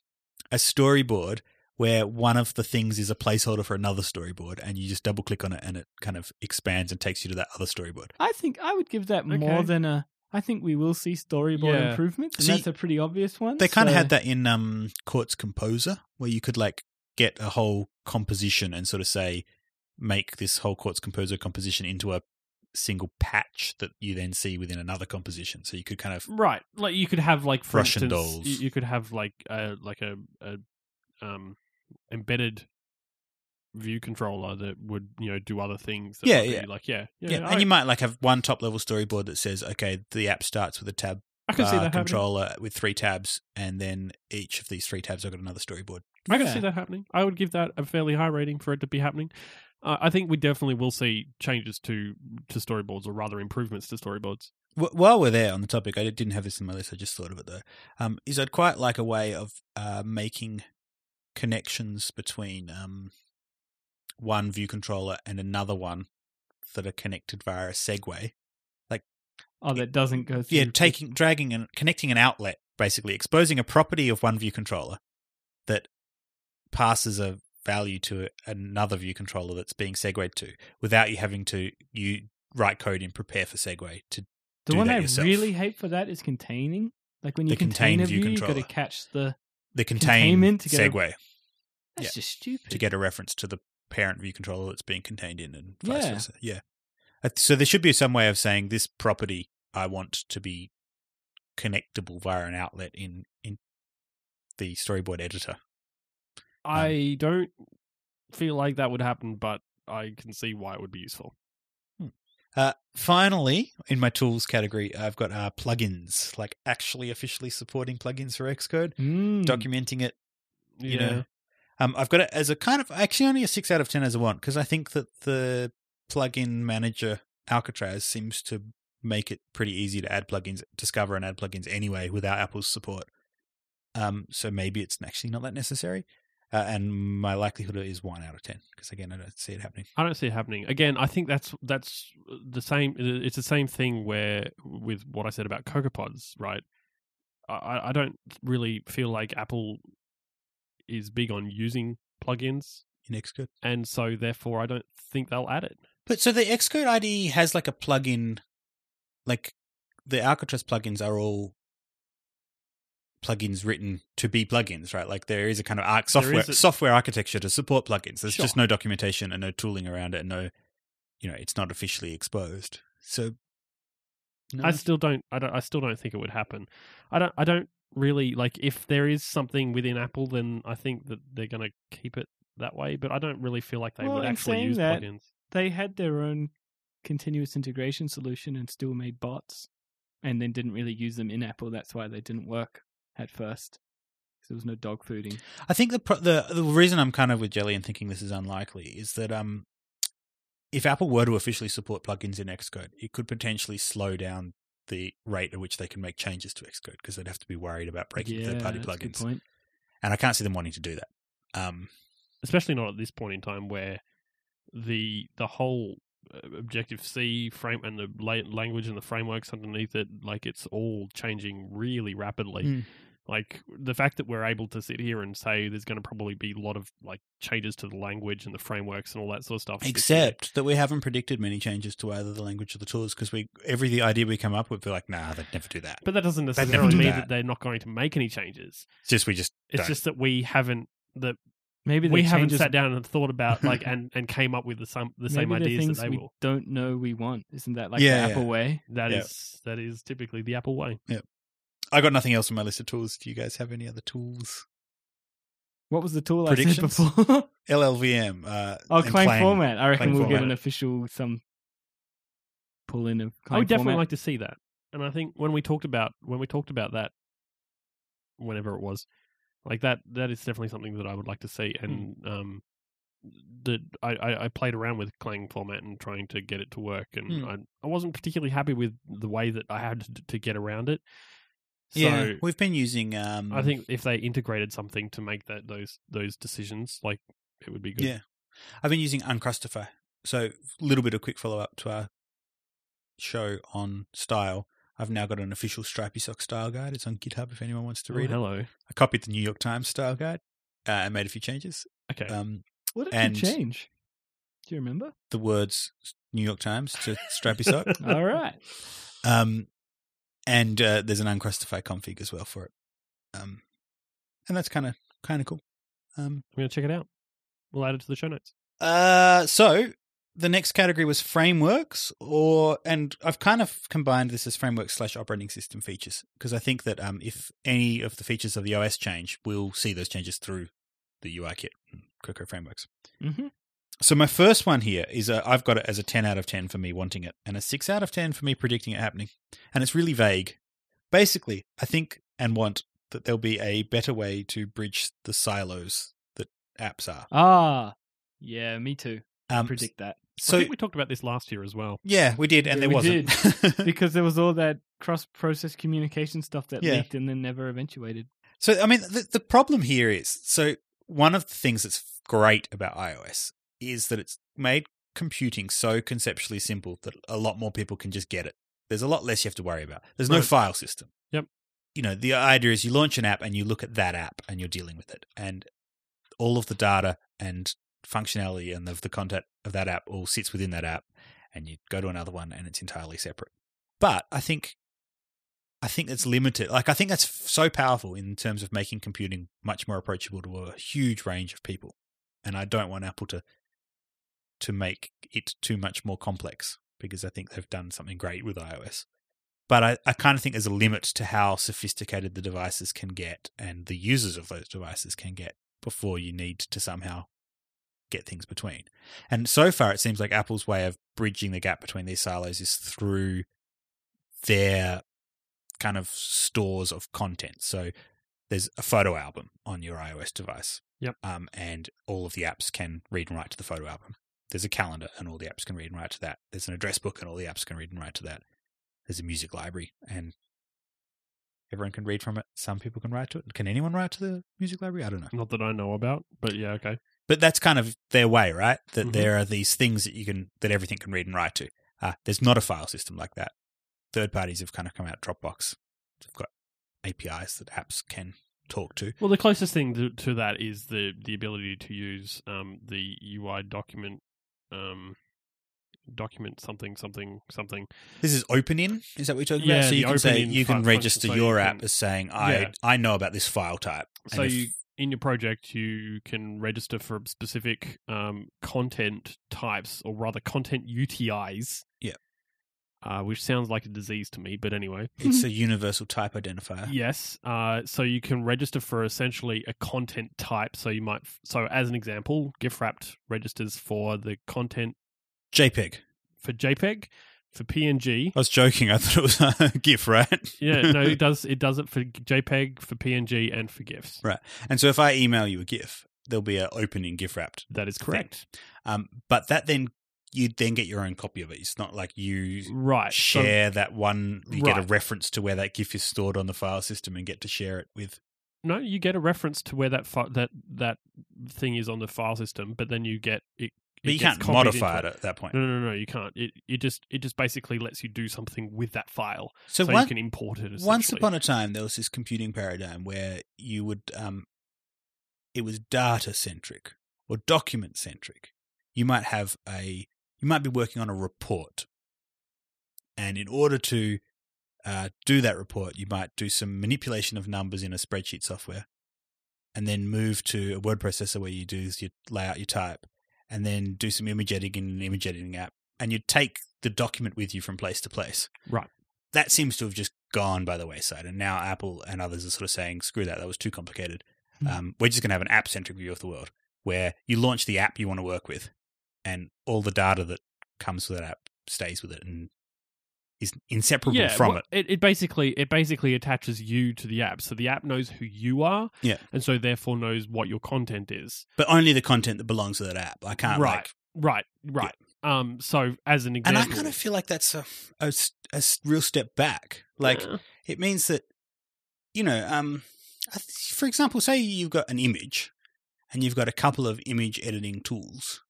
B: a storyboard where one of the things is a placeholder for another storyboard, and you just double click on it, and it kind of expands and takes you to that other storyboard.
C: I think I would give that more
A: Okay.
C: than a. I think we will see storyboard
A: Yeah.
C: improvements, and
B: See,
C: that's a pretty obvious one.
B: They kind of
C: so-
B: had that in um Quartz Composer, where you could like get a whole composition and sort of say, make this whole quartz composer composition into a single patch that you then see within another composition. So you could kind of
A: Right. Like you could have like for
B: Russian
A: instance,
B: dolls.
A: You, you could have like a like a, a um embedded view controller that would, you know, do other things that
B: Yeah,
A: would be
B: yeah.
A: like yeah. Yeah.
B: yeah,
A: yeah,
B: and
A: I,
B: you might like have one top level storyboard that says, okay, the app starts with a tab
A: I can see
B: uh,
A: that happening.
B: controller with three tabs, and then each of these three tabs I've got another storyboard.
A: I can
C: Yeah.
A: see that happening. I would give that a fairly high rating for it to be happening. Uh, I think we definitely will see changes to to storyboards or rather improvements to storyboards.
B: Wh- While we're there on the topic, I di- didn't have this in my list. I just thought of it though. Um, is I'd quite like a way of uh, making connections between um, one view controller and another one that are connected via a segue.
C: Oh, that doesn't go through.
B: Yeah,
C: the-
B: taking, dragging, and connecting an outlet, basically exposing a property of one view controller that passes a value to another view controller that's being segued to, without you having to you write code in prepare for segue to
C: The
B: do
C: one
B: that
C: I
B: yourself.
C: really hate for that is containing. Like when you
B: The
C: contain
B: contain
C: a
B: view
C: view, you got to
B: controller.
C: catch the.
B: the contain
C: Containment to get a-
B: segue.
C: That's
B: Yeah.
C: just stupid.
B: to get a reference to the parent view controller that's being contained in and vice
C: Yeah.
B: versa. Yeah. Uh, So there should be some way of saying this property I want to be connectable via an outlet in in the storyboard editor.
A: I don't feel like that would happen, but I can see why it would be useful.
B: Uh, finally, in my tools category, I've got uh, plugins, like actually officially supporting plugins for Xcode,
C: Mm.
B: Hmm. documenting it, you
A: yeah.
B: know. Um, I've got it as a kind of actually only a six out of ten as a want because I think that the plugin manager Alcatraz seems to make it pretty easy to add plugins, discover and add plugins anyway without Apple's support. Um, so maybe it's actually not that necessary. Uh, and my likelihood is one out of ten because again, I don't see it happening.
A: I don't see it happening again. I think that's that's the same. It's the same thing where with what I said about Cocoa Pods, right? I- I, I don't really feel like Apple is big on using plugins,
B: In Xcode.
A: and so therefore I don't think they'll add it.
B: But so the Xcode IDE has like a plugin, like the Alcatraz plugins are all plugins written to be plugins, right? Like there is a kind of arc
A: There
B: software
A: is a-
B: software architecture to support plugins. There's
A: Sure.
B: just no documentation and no tooling around it, and no, you know, it's not officially exposed. So no,
C: Mm.
A: I still don't. I don't. I still don't think it would happen. I don't. I don't really like. If there is something within Apple, then I think that they're going to keep it that way. But I don't really feel like they
C: Well,
A: would
C: in
A: actually
C: saying
A: use
C: that-
A: plugins.
C: They had their own continuous integration solution and still made bots, and then didn't really use them in Apple. That's why they didn't work at first. 'cause There was no dog fooding.
B: I think the pro- the the reason I'm kind of with Jelly and thinking this is unlikely is that um, if Apple were to officially support plugins in Xcode, it could potentially slow down the rate at which they can make changes to Xcode because they'd have to be worried about breaking
C: yeah,
B: third party
C: that's a good
B: plugins,
C: point.
B: and I can't see them wanting to do that. Um,
A: especially not at this point in time where the the whole uh, Objective C frame and the la- language and the frameworks underneath it, like it's all changing really rapidly.
C: Mm.
A: Like the fact that we're able to sit here and say there's going to probably be a lot of like changes to the language and the frameworks and all that sort of stuff. this year.
B: except that we haven't predicted many changes to either the language or the tools because we every the idea we come up with, we're like, nah, they'd never do that.
A: but that doesn't
B: never
A: necessarily
B: do
A: mean
B: that.
A: that they're not going to make any changes.
B: It's just we just
A: It's
B: Don't.
A: just that we haven't that
C: Maybe
A: we
C: their
A: haven't
C: changes-
A: sat down and thought about like and and came up with the same the same
C: maybe they're
A: ideas
C: things
A: that they
C: we
A: will.
C: don't know we want. Isn't that like
B: Yeah,
C: the Apple
B: yeah.
C: way?
A: That is
B: Yeah.
A: that is typically the Apple way.
B: I got nothing else on my list of tools. Do you guys have any other tools?
C: What was the tool I
B: Predictions?
C: said before?
B: LLVM. Uh,
C: Oh,
B: and
C: Clang, format. I reckon
B: Clang
C: we'll
B: format.
C: give an official some pull in of
A: I
C: Clang
A: would Oh, definitely
C: format.
A: like to see that. And I think when we talked about when we talked about that, whenever it was, like that that is definitely something that I would like to see. And um, that I, I I played around with Clang format and trying to get it to work, and
B: Hmm.
A: I I wasn't particularly happy with the way that I had to, to get around it. So
B: yeah, we've been using. Um,
A: I think if they integrated something to make that those those decisions, like it would be good.
B: Yeah. I've been using Uncrustify. So a little bit of quick follow up to our show on style. I've now got an official Stripey Sock style guide. It's on GitHub if anyone wants to
A: Oh,
B: read it.
A: hello.
B: I copied the New York Times style guide uh, and made a few changes.
A: Okay.
B: Um,
C: What did
B: and-
C: you change? Do you remember?
B: the words New York Times to Stripey Sock.
C: All right.
B: Um, and uh, there's an Uncrustify config as well for it. Um, and that's kind of kind of cool. Um,
A: I'm going to check it out. We'll add it to the show notes.
B: Uh, so the next category was frameworks, or and I've kind of combined this as framework slash operating system features because I think that um, if any of the features of the OS change, we'll see those changes through the UI kit, and Cocoa frameworks.
C: Mm-hmm.
B: So my first one here is i I've got it as a ten out of ten for me wanting it, and a six out of ten for me predicting it happening, and it's really vague. Basically, I think and want that there'll be a better way to bridge the silos that apps are.
C: Ah, yeah, me too.
B: Um,
C: Predict that
A: I
B: so
A: think we talked about this last year as well.
B: yeah, we did, and there
C: Yeah, we
B: wasn't.
C: because there was all that cross-process communication stuff that
B: Yeah.
C: leaked and then never eventuated.
B: so I mean, the, the problem here is so one of the things that's great about iOS is that it's made computing so conceptually simple that a lot more people can just get it. There's a lot less you have to worry about. There's no
A: Right.
B: file system.
A: Yep.
B: You know, the idea is you launch an app and you look at that app and you're dealing with it, and all of the data and functionality and of the content of that app all sits within that app, and you go to another one and it's entirely separate. But I think I think that's limited. Like I think that's f- so powerful in terms of making computing much more approachable to a huge range of people. And I don't want Apple to to make it too much more complex because I think they've done something great with iOS. But I, I kind of think there's a limit to how sophisticated the devices can get and the users of those devices can get before you need to somehow get things between. And so far, it seems like Apple's way of bridging the gap between these silos is through their kind of stores of content. So there's a photo album on your iOS device.
A: Yep.
B: Um, and all of the apps can read and write to the photo album. There's a calendar, and all the apps can read and write to that. There's an address book, and all the apps can read and write to that. There's a music library, and everyone can read from it. Some people can write to it. Can anyone write to the music library? I don't know
A: Not that I know about, but yeah, okay.
B: but that's kind of their way, right? That
A: Mhm.
B: there are these things that you can that everything can read and write to. Uh, there's not a file system like that. Third parties have kind of come out. Dropbox, they've got APIs that apps can talk to.
A: Well, the closest thing to, to that is the the ability to use um, the UI document um, document something something something.
B: This is OpenIn. Is that what you're talking
A: Yeah,
B: about? So
A: the
B: you can say
A: OpenIn
B: you
A: fu-
B: can
A: function,
B: register
A: so you
B: your
A: can-
B: app as saying I
A: Yeah.
B: I know about this file type. And
A: So
B: if-
A: you in your project you can register for specific um, content types or rather content UTIs.
B: Yeah.
A: Uh, which sounds like a disease to me, but anyway.
B: it's a universal type identifier.
A: Yes. Uh, so you can register for essentially a content type. So you might, so as an example, GIF wrapped registers for the content
B: JPEG.
A: for JPEG, for PNG.
B: I was joking. I thought it was a GIF, right?
A: Yeah, no, it does. It does it for JPEG, for PNG, and for GIFs.
B: Right. And so if I email you a GIF, there'll be an opening GIF wrapped
A: That is correct.
B: Um, but that then you'd then get your own copy of it. It's not like you
A: Right. so-
B: share that one. You get a
A: Right.
B: reference to where that GIF is stored on the file system and get to share it with.
A: no, you get a reference to where that fi- that that thing is on the file system, but then you get it.
B: But you
A: gets
B: can't
A: copied
B: modify
A: into Mm,
B: it at that point.
A: No, no, no, no, you can't. It it just it just basically lets you do something with that file,
B: So,
A: so
B: one-
A: you can import it.
B: once
A: essentially.
B: upon a time, there was this computing paradigm where you would, um, it was data centric or document centric. You might have a, you might be working on a report, and in order to uh, do that report, you might do some manipulation of numbers in a spreadsheet software, and then move to a word processor where you do your layout, your type, and then do some image editing in an image editing app, and you take the document with you from place to place.
A: Right.
B: That seems to have just gone by the wayside, and now Apple and others are sort of saying, "Screw that! That was too complicated.
C: Hmm.
B: Um, we're just going to have an app-centric view of the world, where you launch the app you want to work with, and all the data that comes with that app stays with it and is inseparable from
A: wha-
B: it."
A: it. It basically it basically attaches you to the app, so the app knows who you are,
B: Yeah.
A: and so therefore knows what your content is.
B: but only the content that belongs to that app. I can't
A: right,
B: like,
A: right, right. Um, so as an
B: and
A: example,
B: I kind of feel like that's a, a s- a s- real step back. Like
A: Yeah.
B: it means that you know, um, I th- for example, say you've got an image and you've got a couple of image editing tools,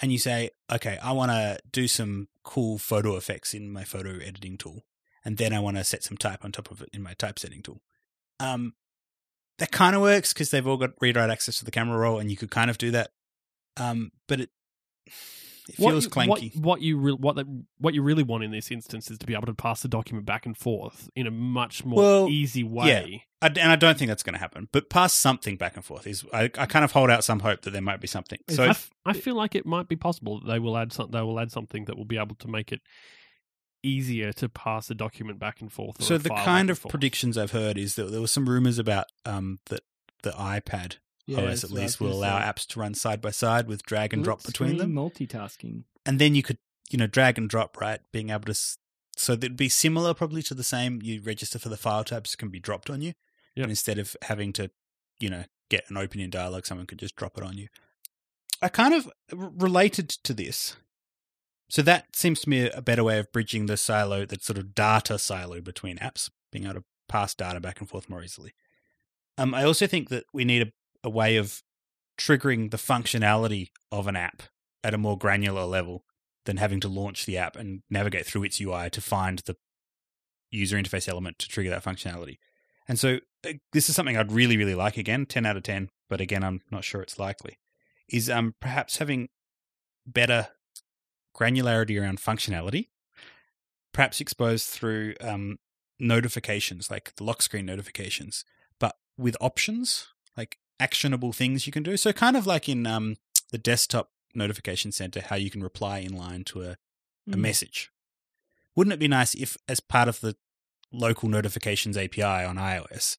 B: and you say, okay, I want to do some cool photo effects in my photo editing tool, and then I want to set some type on top of it in my typesetting tool. Um, that kind of works because they've all got read write access to the camera roll, and you could kind of do that. Um, but it It feels
A: you- What,
B: clanky.
A: what you re- what the, what you really want in this instance is to be able to pass the document back and forth in a much more
B: Well,
A: easy way.
B: I, and I don't think that's going to happen. But pass something back and forth is. I, I kind of hold out some hope that there might be something.
C: Is
B: So
A: I, f- I feel like it might be possible that they will add some, they will add something that will be able to make it easier to pass a document back and forth. or
B: So
A: a
B: the
A: file back
B: kind
A: and
B: of
A: forth.
B: predictions I've heard is that there were some rumors about um, that the iPad OS Oh, at least will allow apps to run side by side with drag and drop between them,
C: Multitasking.
B: and then you could you know drag and drop right, being able to. S- so that'd be similar probably to the same. You register for the file types can be dropped on you,
A: Yep.
B: and instead of having to you know get an opening dialog, someone could just drop it on you. I kind of r- related to this. So that seems to me a better way of bridging the silo, that sort of data silo between apps, being able to pass data back and forth more easily. Um, I also think that we need a, a way of triggering the functionality of an app at a more granular level than having to launch the app and navigate through its UI to find the user interface element to trigger that functionality. And so uh, this is something I'd really, really like again, 10 out of 10, but again, I'm not sure it's likely, is um, perhaps having better granularity around functionality, perhaps exposed through um, notifications, like the lock screen notifications, but with options, like actionable things you can do. So kind of like in um, the desktop notification center, how you can reply in line to a a message. Wouldn't it be nice if, as part of the local notifications API on iOS,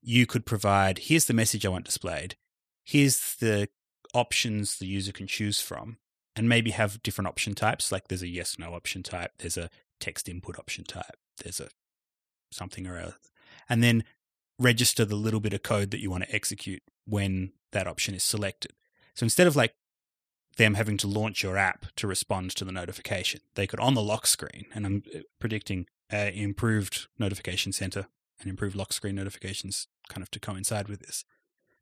B: you could provide here's the message I want displayed, here's the options the user can choose from, and maybe have different option types. Like there's a yes no option type, there's a text input option type, there's a something or other. And then register the little bit of code that you want to execute when that option is selected. So instead of like them having to launch your app to respond to the notification. They could on the lock screen, and I'm uh, predicting uh, improved notification center and improved lock screen notifications kind of to coincide with this.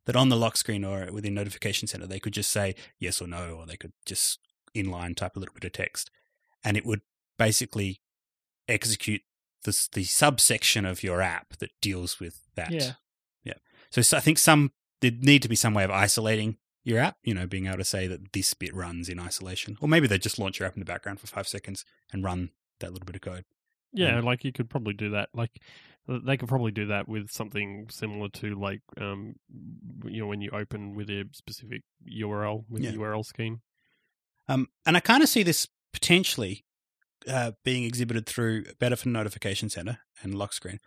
B: That on the lock screen or within notification center, they could just say yes or no, or they could just inline type a little bit of text, and it would basically execute the s- the subsection of your app that deals with that.
C: Yeah.
B: yeah. So, so I think some there'd need to be some way of isolating your app, you know, being able to say that this bit runs in isolation. Or maybe they just launch your app in the background for five seconds and run that little bit of code.
A: Yeah,
B: Mm.
A: like you could probably do that. Like th- they could probably do that with something similar to like um you know when you open with a specific URL with
B: Yeah.
A: a URL scheme.
B: Um, and I kind of see this potentially uh, being exhibited through better for notification center and lock screen.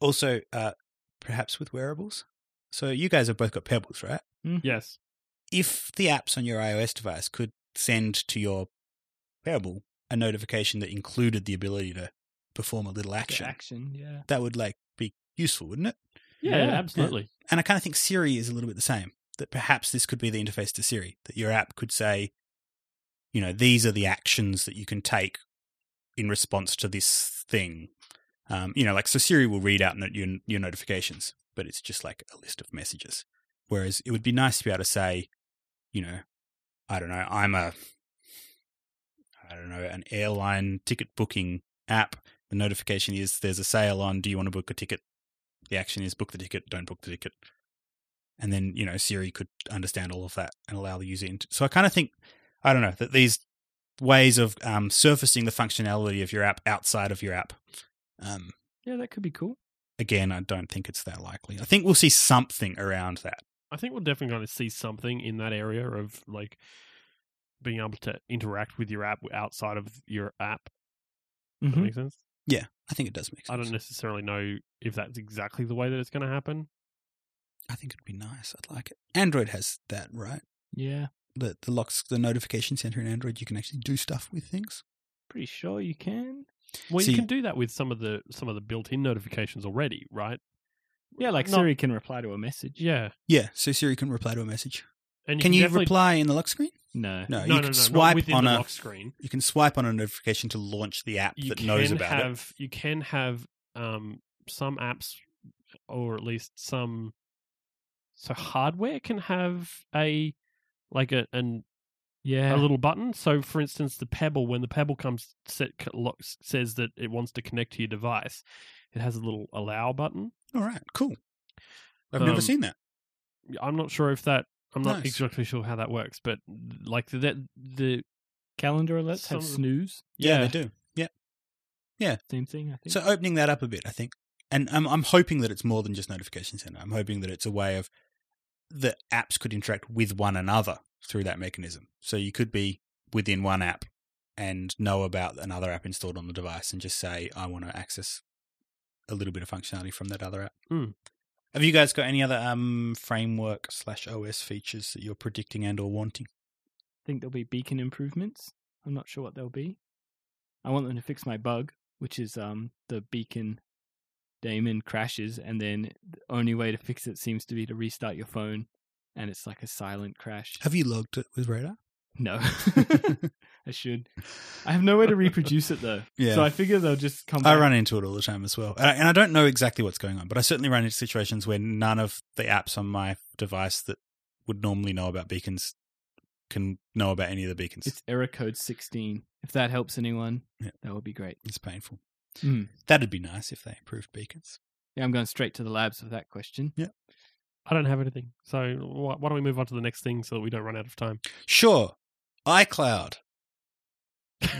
B: Also, uh, perhaps with wearables. So you guys have both got pebbles, right?
A: Yes.
B: if the apps on your iOS device could send to your wearable a notification that included the ability to perform a little action,
C: Action. Yeah.
B: that would like be useful, wouldn't it?
A: Yeah,
C: Yeah.
A: absolutely.
B: And I kind of think Siri is a little bit the same. That perhaps this could be the interface to Siri. That your app could say, you know, these are the actions that you can take in response to this thing. Um, you know, like so Siri will read out no- your your notifications, but it's just like a list of messages. Whereas it would be nice to be able to say, you know, I don't know, I'm a, I don't know, an airline ticket booking app. The notification is there's a sale on. Do you want to book a ticket? The action is book the ticket. Don't book the ticket. And then you know Siri could understand all of that and allow the user. Into, so I kind of think, I don't know, that these ways of um, surfacing the functionality of your app outside of your app. Um,
C: Yeah, that could be cool.
B: again, I don't think it's that likely. I think we'll see something around that.
A: I think we're definitely going to see something in that area of like being able to interact with your app outside of your app. Does that
C: Mhm.
A: make sense?
B: I think it does make sense.
A: I don't necessarily know if that's exactly the way that it's going to happen.
B: I think it'd be nice. I'd like it. Android has that, right?
C: Yeah.
B: the the locks the notification center in Android, you can actually do stuff with things.
C: Pretty sure you can.
A: Well,
B: See-
A: you can do that with some of the some of the built-in notifications already, right?
C: Yeah, like
A: Not-
C: Siri can reply to a message.
A: Yeah.
B: Yeah, so Siri can reply to a message.
A: And
B: can you
A: definitely-
B: reply in the lock screen?
C: No.
B: No,
A: No,
B: Uh, you
A: no,
B: can
A: no, not
B: swipe
A: within
B: on
A: the
B: a
A: lock screen.
B: you can swipe on a notification to launch the app
A: You
B: that
A: can
B: knows about it.
A: have you can have um, some apps, or at least some. So hardware can have a like a an,
C: Yeah.
A: a little button. So for instance, the Pebble, when the Pebble comes set c- locks, says that it wants to connect to your device, it has a little allow button.
B: All right, cool. I've never
A: Um,
B: seen that.
A: I'm not sure if that. I'm not
B: Nice.
A: exactly sure how that works, but like that the
C: Calendar alerts
A: Some
C: have
A: of them-
C: snooze.
B: Yeah, they do.
C: Same thing, I think.
B: So opening that up a bit, I think, and I'm I'm hoping that it's more than just notification center. I'm hoping that it's a way of the apps could interact with one another through that mechanism. So you could be within one app and know about another app installed on the device and just say, I want to access a little bit of functionality from that other app.
A: Hmm.
B: Have you guys got any other um, framework slash OS features that you're predicting and or wanting?
C: I think there'll be beacon improvements. I'm not sure what they'll be. I want them to fix my bug, which is um the beacon daemon crashes, and then the only way to fix it seems to be to restart your phone, and it's like a silent crash.
B: Have you logged it with Radar?
C: No, I should. I have no way to reproduce it though,
B: Yeah.
C: so I figure they'll just come.
B: I
C: back.
B: run into it all the time as well. And I, and I don't know exactly what's going on, but I certainly run into situations where none of the apps on my device that would normally know about beacons can know about any of the beacons. It's,
C: It's error code 16. If that helps anyone,
B: Yeah.
C: that would be great.
B: painful.
C: Mm.
B: That'd be nice if they improved beacons.
C: Yeah, I'm going straight to the labs with that question.
A: I don't have anything. So why, why don't we move on to the next thing so that we don't run out of time?
B: Sure. iCloud.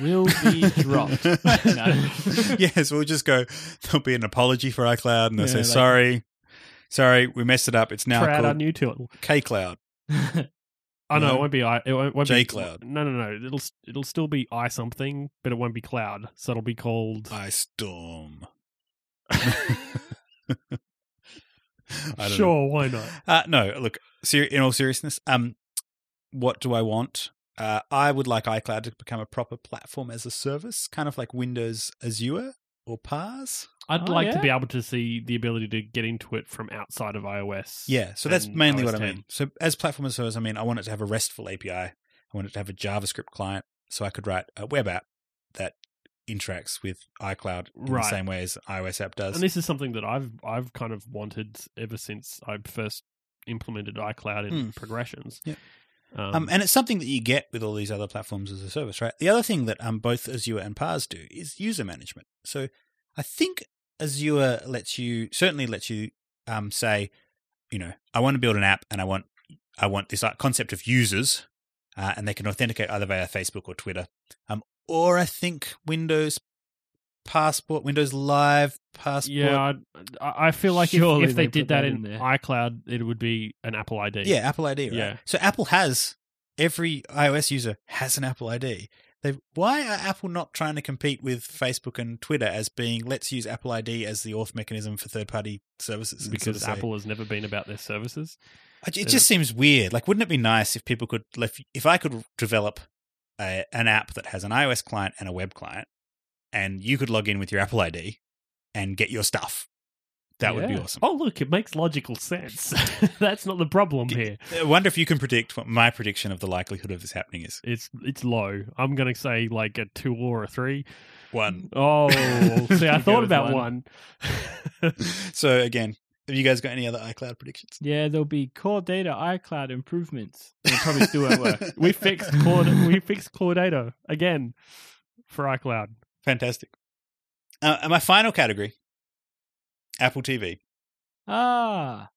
C: Will be dropped. No.
B: yes, we'll just go. There'll be an apology for iCloud, and they'll
C: Yeah,
B: say,
C: like-
B: "Sorry, sorry, we messed it up. It's now
A: Try out our
B: called
A: new tool.
B: KCloud."
A: Oh no,
B: No.
A: it won't be i. It won't, won't be
B: J-Cloud.
A: No, no, no. It'll s- it'll still be i something, but it won't be cloud. So it'll be called.
B: iStorm. I don't know.
A: sure, why not?
B: Uh, no, look, ser- in all seriousness, um, what do I want? Uh, I would like iCloud to become a proper platform as a service, kind of like Windows Azure or PaaS.
A: I'd
C: Oh,
A: like to
C: yeah?
A: be able to see the ability to get into it from outside of iOS.
B: Yeah, so that's
A: and
B: mainly
A: OS
B: what I
A: 10.
B: mean. So as platform as a service, I mean I want it to have a RESTful API. I want it to have a JavaScript client, so I could write a web app that interacts with iCloud in
A: Right.
B: the same way as iOS app does.
A: And this is something that I've I've kind of wanted ever since I first implemented iCloud in
B: Hmm.
A: progressions.
B: Yep.
A: Um,
B: Um, and it's something that you get with all these other platforms as a service, right? The other thing that um, both Azure and PaaS do is user management. So I think Azure lets you certainly lets you um, say, you know, I want to build an app and I want I want this uh, concept of users, uh, and they can authenticate either via Facebook or Twitter, um, or I think Windows Passport, Windows Live Passport.
A: yeah, I, I feel like if-
C: Surely
A: if, they,
C: they
A: did
C: put
A: that,
C: that
A: in,
C: in there.
A: iCloud, it would be an Apple ID.
B: Yeah, Apple ID. Right?
A: Yeah.
B: So Apple has every iOS user has an Apple ID. They why are Apple not trying to compete with Facebook and Twitter as being let's use Apple ID as the auth mechanism for third party services? and sort
A: because
B: of say-
A: Apple has never been about their services.
B: it just seems weird. Like, wouldn't it be nice if people could if, if I could develop a, an app that has an iOS client and a web client, and you could log in with your Apple ID and get your stuff. That would be
C: Yeah.
B: awesome.
A: Oh, look, it makes logical sense. That's not the problem here.
B: I wonder if you can predict what my prediction of the likelihood of this happening is.
A: It's it's low. I'm going to say like a two or a three.
B: One,
A: Oh, see, I
C: You go
A: thought
C: with
A: about one.
C: one.
B: so again, have you guys got any other iCloud predictions?
C: yeah, there'll be core data iCloud improvements. It probably still won't work.
A: we fixed Claude. we fixed Claudata again for iCloud.
B: Fantastic. Uh, and my final category, Apple TV.
C: Ah,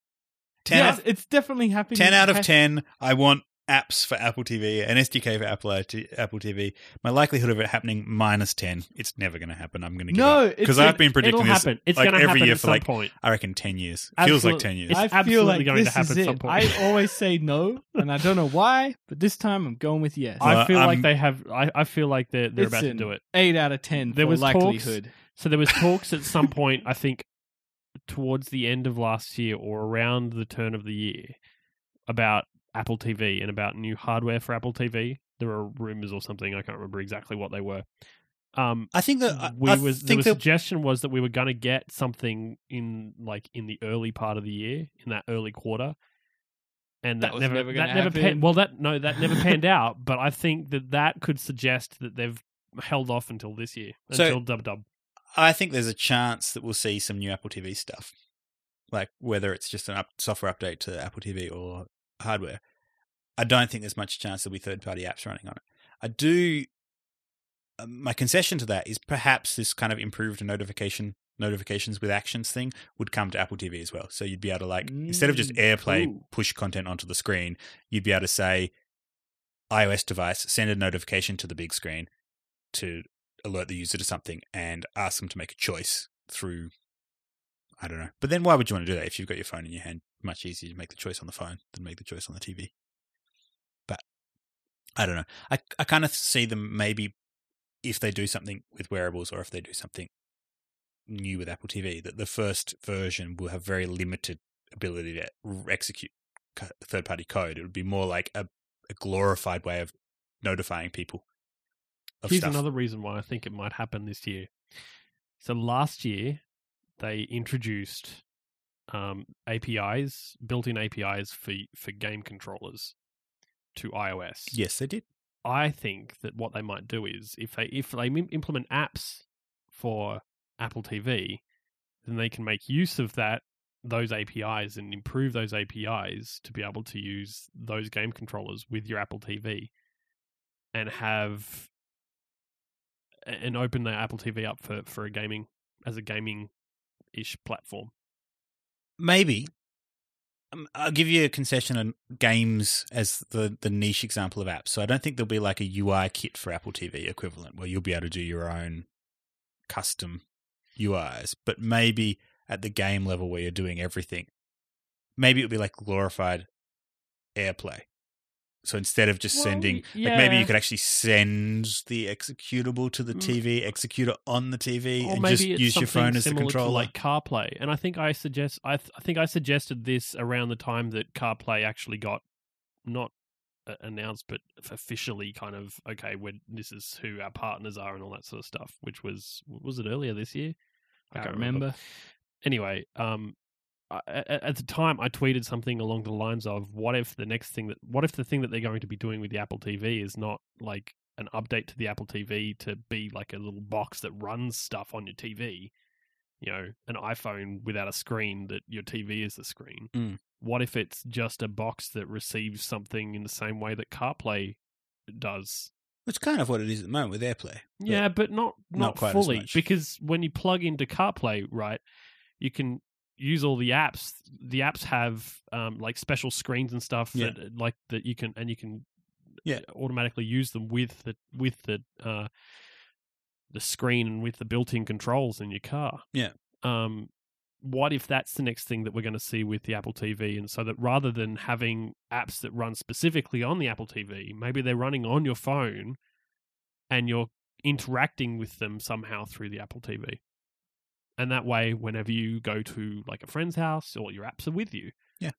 B: 10,
C: yes,
B: out,
C: it's definitely happening.
B: 10 out of
C: Has-
B: 10, I want apps for Apple TV, an SDK for Apple, IT Apple TV. My likelihood of it happening, minus 10. It's never going to happen. I'm going to
C: No,
B: Because I've been predicting
A: It'll
B: this,
A: happen. It's
B: like,
A: going to
B: every
A: happen
B: year
A: at
B: for,
A: some
B: like,
A: point.
B: I reckon, 10 years. Feels like
C: Absolutely.
B: 10 years.
A: It's
C: I feel
A: absolutely
C: like
A: going to
C: this
A: happen
C: is
A: at some
C: it.
A: point.
C: I always say no, and I don't know why, but this time I'm going with yes.
A: I
B: Well,
A: feel like
B: uh, I'm-
A: they have. I, I feel like they're they're
C: It's
A: about to
C: in-
A: do it.
C: Eight out of ten.
A: There
C: for
A: was talks-
C: likelihood.
A: So there was talks at some point. I think towards the end of last year or around the turn of the year about Apple TV and about new hardware for Apple TV. There were rumors or something. I can't remember exactly what they were. Um,
B: I think that I,
A: we
B: I
A: was the
B: think that
A: suggestion was that we were going to get something in like in the early part of the year in that early quarter and that,
C: That was
A: never,
C: never gonna
A: that never pan-
C: happen.
A: well that no that never panned out but i think that that could suggest that they've held off until this year
B: So-
A: until dub dub
B: I think there's a chance that we'll see some new Apple TV stuff, like whether it's just an up, software update to Apple TV or hardware. I don't think there's much chance there'll be third party apps running on it. I do. um, My concession to that is perhaps this kind of improved notification notifications with actions thing would come to Apple TV as well. So you'd be able to like instead of just
C: Mm,
B: AirPlay
C: ooh.
B: push content onto the screen, you'd be able to say, iOS device, send a notification to the big screen to alert the user to something and ask them to make a choice through. I don't know. But then why would you want to do that if you've got your phone in your hand? Much easier to make the choice on the phone than make the choice on the TV. But I don't know. I, I kind of see them maybe if they do something with wearables or if they do something new with Apple TV, that the first version will have very limited ability to r- execute third party code. It would be more like a, a glorified way of notifying people. Of
A: Here's
B: stuff.
A: another reason why I think it might happen this year. So last year they introduced um, APIs, built-in APIs for for game controllers to iOS.
B: Yes, they did.
A: I think that what they might do is if they if they im- implement apps for Apple TV, then they can make use of that those APIs and improve those APIs to be able to use those game controllers with your Apple TV and have and open their Apple TV up for for a gaming as a gaming ish platform.
B: Maybe. Um, I'll give you a concession on games as the, the niche example of apps. So I don't think there'll be like a UI kit for Apple TV equivalent where you'll be able to do your own custom UIs. But maybe at the game level where you're doing everything, maybe it'll be like glorified AirPlay. So instead of just sending, like maybe you could actually send the executable to the
A: Mm.
B: TV, execute it on the TV,
A: or
B: and
A: maybe
B: just
A: it's
B: use your
A: something
B: phone as the
A: similar
B: controller.
A: to like CarPlay. And I think I suggest I, th- I think I suggested this around the time that CarPlay actually got not uh, announced, but officially kind of okay, we're, this is who our partners are and all that sort of stuff. Which was was it earlier this year?
C: I can't remember.
A: Anyway, um, I, at, at the time I tweeted something along the lines of, "What if the next thing that what if the thing that they're going to be doing with the Apple TV is not like." An update to the Apple TV to be like a little box that runs stuff on your TV, you know, an iPhone without a screen that your TV is the screen.
B: Mm.
A: What if it's just a box that receives something in the same way that CarPlay does?
B: It's kind of what it is at the moment with AirPlay. But-
A: Yeah, but not
B: Not
A: not,
B: quite as
A: fully
B: much.
A: because when you plug into CarPlay, right, you can use all the apps. The apps have um, like special screens and stuff
B: Yeah.
A: that like that you can and you can uh,
B: Yeah.
A: automatically use them with the with the uh, the screen and with the built-in controls in your car.
B: Yeah.
A: Um, what if that's the next thing that we're going to see with the Apple TV? And so that rather than having apps that run specifically on the Apple TV, maybe they're running on your phone and you're interacting with them somehow through the Apple TV. And that way, whenever you go to like a friend's house, all your apps are with you.
B: Yeah.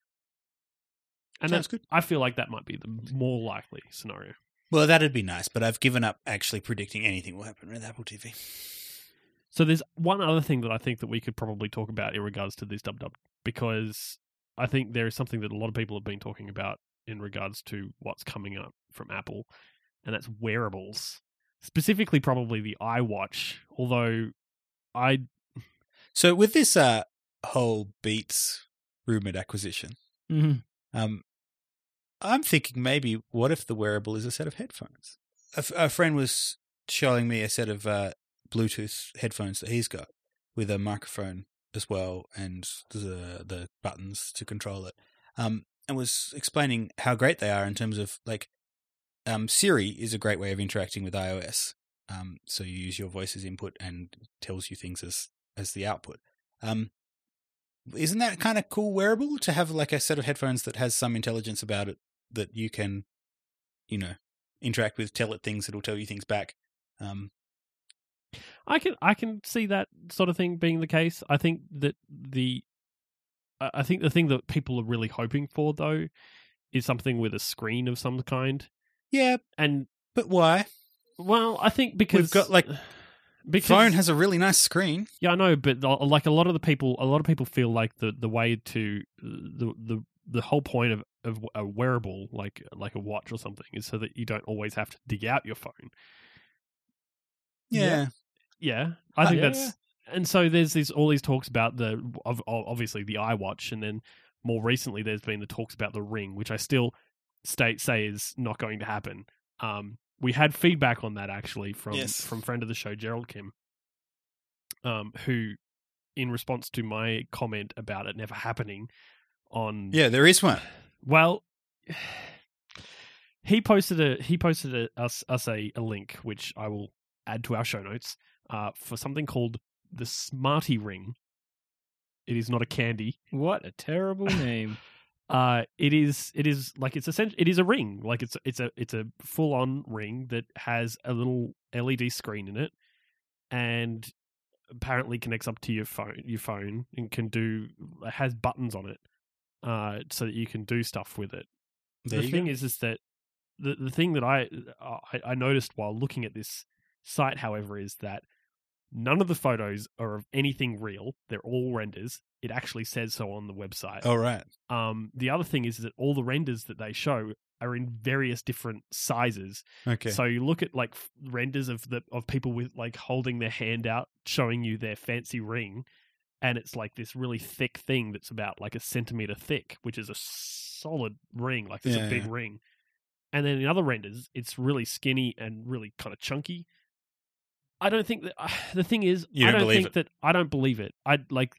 A: And
B: Sounds
A: that's
B: good.
A: I feel like that might be the more likely scenario.
B: Well, that'd be nice, but I've given up actually predicting anything will happen with Apple TV.
A: So there's one other thing that I think that we could probably talk about in regards to this dub dub because I think there is something that a lot of people have been talking about in regards to what's coming up from Apple, and that's wearables, specifically probably the iWatch. Although I
B: So with this uh, whole Beats rumored acquisition,
C: Mhm.
B: um, I'm thinking maybe what if the wearable is a set of headphones? A, f- a friend was showing me a set of uh, Bluetooth headphones that he's got with a microphone as well and the the buttons to control it. Um, and was explaining how great they are in terms of like um, Siri is a great way of interacting with iOS. Um, so you use your voice as input and tells you things as as the output. Um, isn't that kind of cool wearable to have like a set of headphones that has some intelligence about it that you can, you know, interact with, tell it things, it'll tell you things back. Um,
A: I can I can see that sort of thing being the case. I think that the I I think the thing that people are really hoping for though is something with a screen of some kind.
B: yeah,
A: And
B: but why?
A: well, I think because
B: got, like,
A: uh, because
B: Phone has a really nice screen.
A: Yeah, I know, but uh, like a lot of the people, a lot of people feel like the the way to uh, the the the whole point of of a wearable like like a watch or something is so that you don't always have to dig out your phone.
B: Yeah.
A: Yeah. Yeah, I
B: Uh,
A: think
B: yeah,
A: that's and so there's these all these talks about the of, of obviously the iWatch, and then more recently there's been the talks about the Ring, which I still state say is not going to happen. Um, we had feedback on that actually from
B: Yes.
A: from friend of the show Gerald Kim, um, who, in response to my comment about it never happening, on
B: Yeah, there is one.
A: well, he posted a he posted a, us us a, a link which I will add to our show notes uh, for something called the Smarty Ring. It is not a candy.
C: What a terrible name.
A: Uh, it is it is like it's essentially it is a ring. Like it's it's a it's a full on ring that has a little LED screen in it, and apparently connects up to your phone your phone and can do has buttons on it, uh, so that you can do stuff with it
B: There
A: the
B: you
A: thing
B: go.
A: is, is that the the thing that I, uh, I I noticed while looking at this site, however, is that none of the photos are of anything real. They're all renders. It actually says so on the website.
B: All right.
A: Um, the other thing is that all the renders that they show are in various different sizes.
B: Okay.
A: So you look at like f- renders of the of people with like holding their hand out, showing you their fancy ring, and it's like this really thick thing that's about like a centimeter thick, which is a solid ring, like it's
B: Yeah,
A: a big
B: yeah.
A: ring. And then in other renders, it's really skinny and really kind of chunky. I don't think that the thing is,
B: You
A: I
B: don't
A: don't
B: believe
A: think that I don't believe it. I like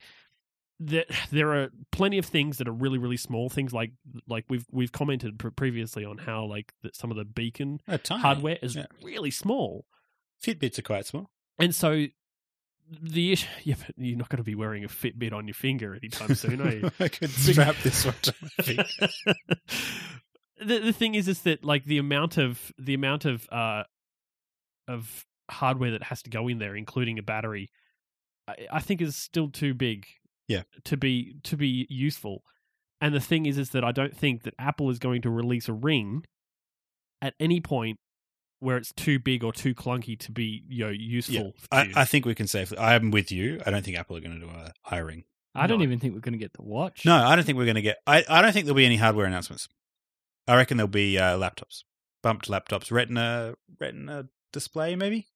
A: that there are plenty of things that are really really small things like like we've we've commented pre- previously on how like that some of the beacon
B: oh, tiny.
A: hardware is
B: Yeah.
A: really small.
B: Fitbits are quite small.
A: And so the issue, yeah, but you're not going to be wearing a Fitbit on your finger anytime soon, are you?
B: I could strap this one to my feet.
A: the the thing is, is that like the amount of the amount of uh of hardware that has to go in there, including a battery, I, I think is still too big.
B: Yeah.
A: To be to be useful, and the thing is, is that I don't think that Apple is going to release a ring at any point where it's too big or too clunky to be you know useful. to
B: I,
A: you.
B: I think we can safely. I'm with you. I don't think Apple are going to do a eye ring.
C: I don't
A: No.
C: even think we're going to get the watch.
B: No, I don't think we're going to get. I, I don't think there'll be any hardware announcements. I reckon there'll be uh, laptops, bumped laptops, Retina Retina display maybe.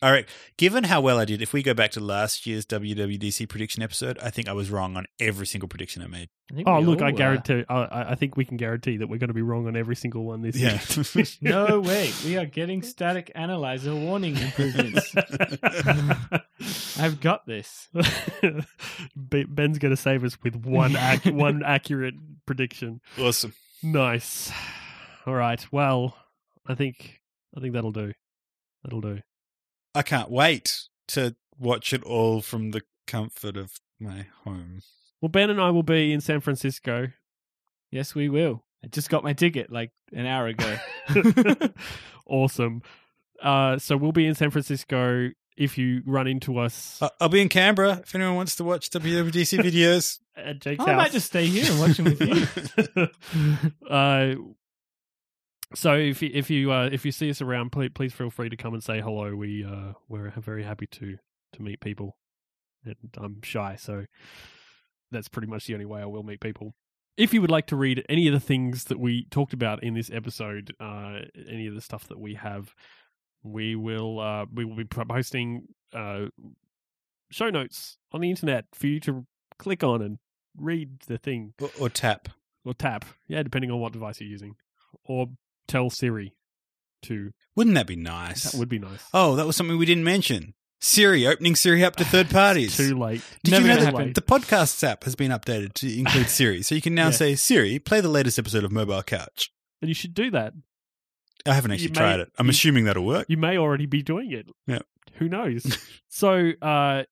B: All right. Given how well I did, if we go back to last year's WWDC prediction episode, I think I was wrong on every single prediction I made.
C: I think
A: Oh,
C: we
A: look,
C: all
A: I
B: uh,
C: were.
A: guarantee. I- I, I think we can guarantee that we're going to be wrong on every single one this year.
C: No way. We are getting static analyzer warning improvements. I've got this.
A: Be- Ben's going to save us with one ac- one accurate prediction.
B: awesome.
A: Nice. All right. Well, I think I think that'll do. That'll do.
B: I can't wait to watch it all from the comfort of my home.
A: Well, Ben and I will be in San Francisco.
C: Yes, we will. I just got my ticket like an hour ago.
A: awesome. Uh, so we'll be in San Francisco. If you run into us
C: Uh,
B: I- I'll be in Canberra if anyone wants to watch WWDC videos.
A: at Jake's
C: I
A: house,
C: might just stay here and watch them with you.
A: uh, so if you, if you uh, if you see us around, please, please feel free to come and say hello. We uh, we're very happy to to meet people. And I'm shy, so that's pretty much the only way I will meet people. If you would like to read any of the things that we talked about in this episode, uh, any of the stuff that we have, we will uh, we will be posting uh, show notes on the internet for you to click on and read the thing
B: or, or tap.
A: or tap, yeah, depending on what device you're using, or tell Siri to.
B: Wouldn't that be nice?
A: That would be nice.
B: Oh, that was something we didn't mention. Siri opening Siri up to third parties.
A: Too late.
B: Did
C: Never
B: you know
C: gonna
B: that
C: happen.
B: the podcasts app has been updated to include Siri? So you can now
A: Yeah.
B: say, Siri, play the latest episode of Mobile Couch.
A: And you should do that.
B: I haven't
A: You
B: actually
A: may-
B: tried it. I'm
A: you-
B: assuming that'll work.
A: You may already be doing it.
B: Yeah.
A: Who knows? so, uh,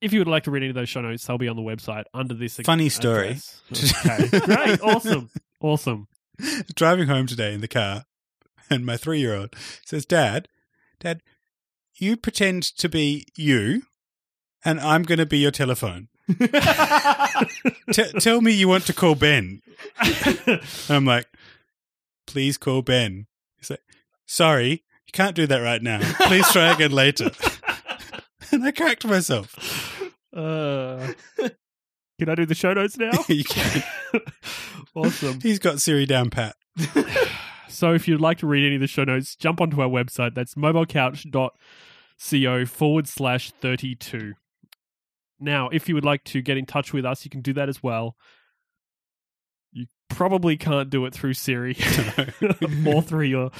A: if you would like to read any of those show notes, they'll be on the website under this. ac-
B: Funny story.
A: address. Okay. Great. Awesome. Awesome.
B: Driving home today in the car, and my three year old says, Dad, Dad, you pretend to be you, and I'm going to be your telephone. T- tell me you want to call Ben. And I'm like, please call Ben. He's like, sorry, you can't do that right now. Please try again later. and I cracked myself.
A: uh, can I do the show notes now?
B: You can.
A: awesome.
B: He's got Siri down pat.
A: So if you'd like to read any of the show notes, jump onto our website. That's mobilecouch.co forward slash 32. Now, if you would like to get in touch with us, you can do that as well. You probably can't do it through Siri or through your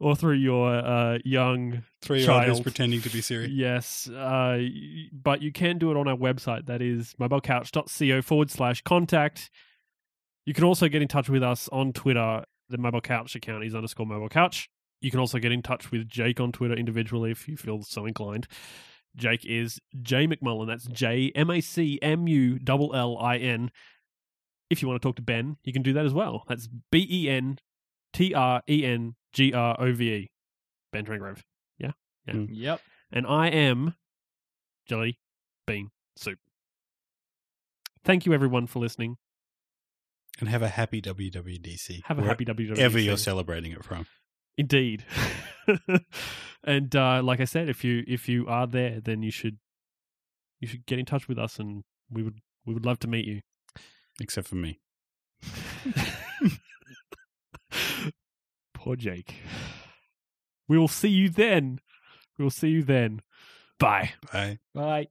A: or through your uh, young
B: Three year old is
A: Child.
B: pretending to be Siri.
A: Yes, uh, y- but you can do it on our website. That is mobilecouch.co forward slash contact. You can also get in touch with us on Twitter the mobile couch account is underscore mobile couch. You can also get in touch with Jake on Twitter individually if you feel so inclined. Jake is J McMullen. That's J M A C M U L L I N. If you want to talk to Ben, you can do that as well. That's B E N T R E N G R O V E. Ben Trengrove. Yeah? Yeah.
B: Mm.
C: Yep.
A: And I am Jelly Bean Soup. Thank you, everyone, for listening.
B: And have a happy WWDC.
A: Have a happy WWDC.
B: Ever you're celebrating it from.
A: Indeed. and uh, like I said, if you if you are there, then you should you should get in touch with us, and we would we would love to meet you.
B: Except for me.
A: Poor Jake. We will see you then. We will see you then. Bye.
B: Bye.
C: Bye.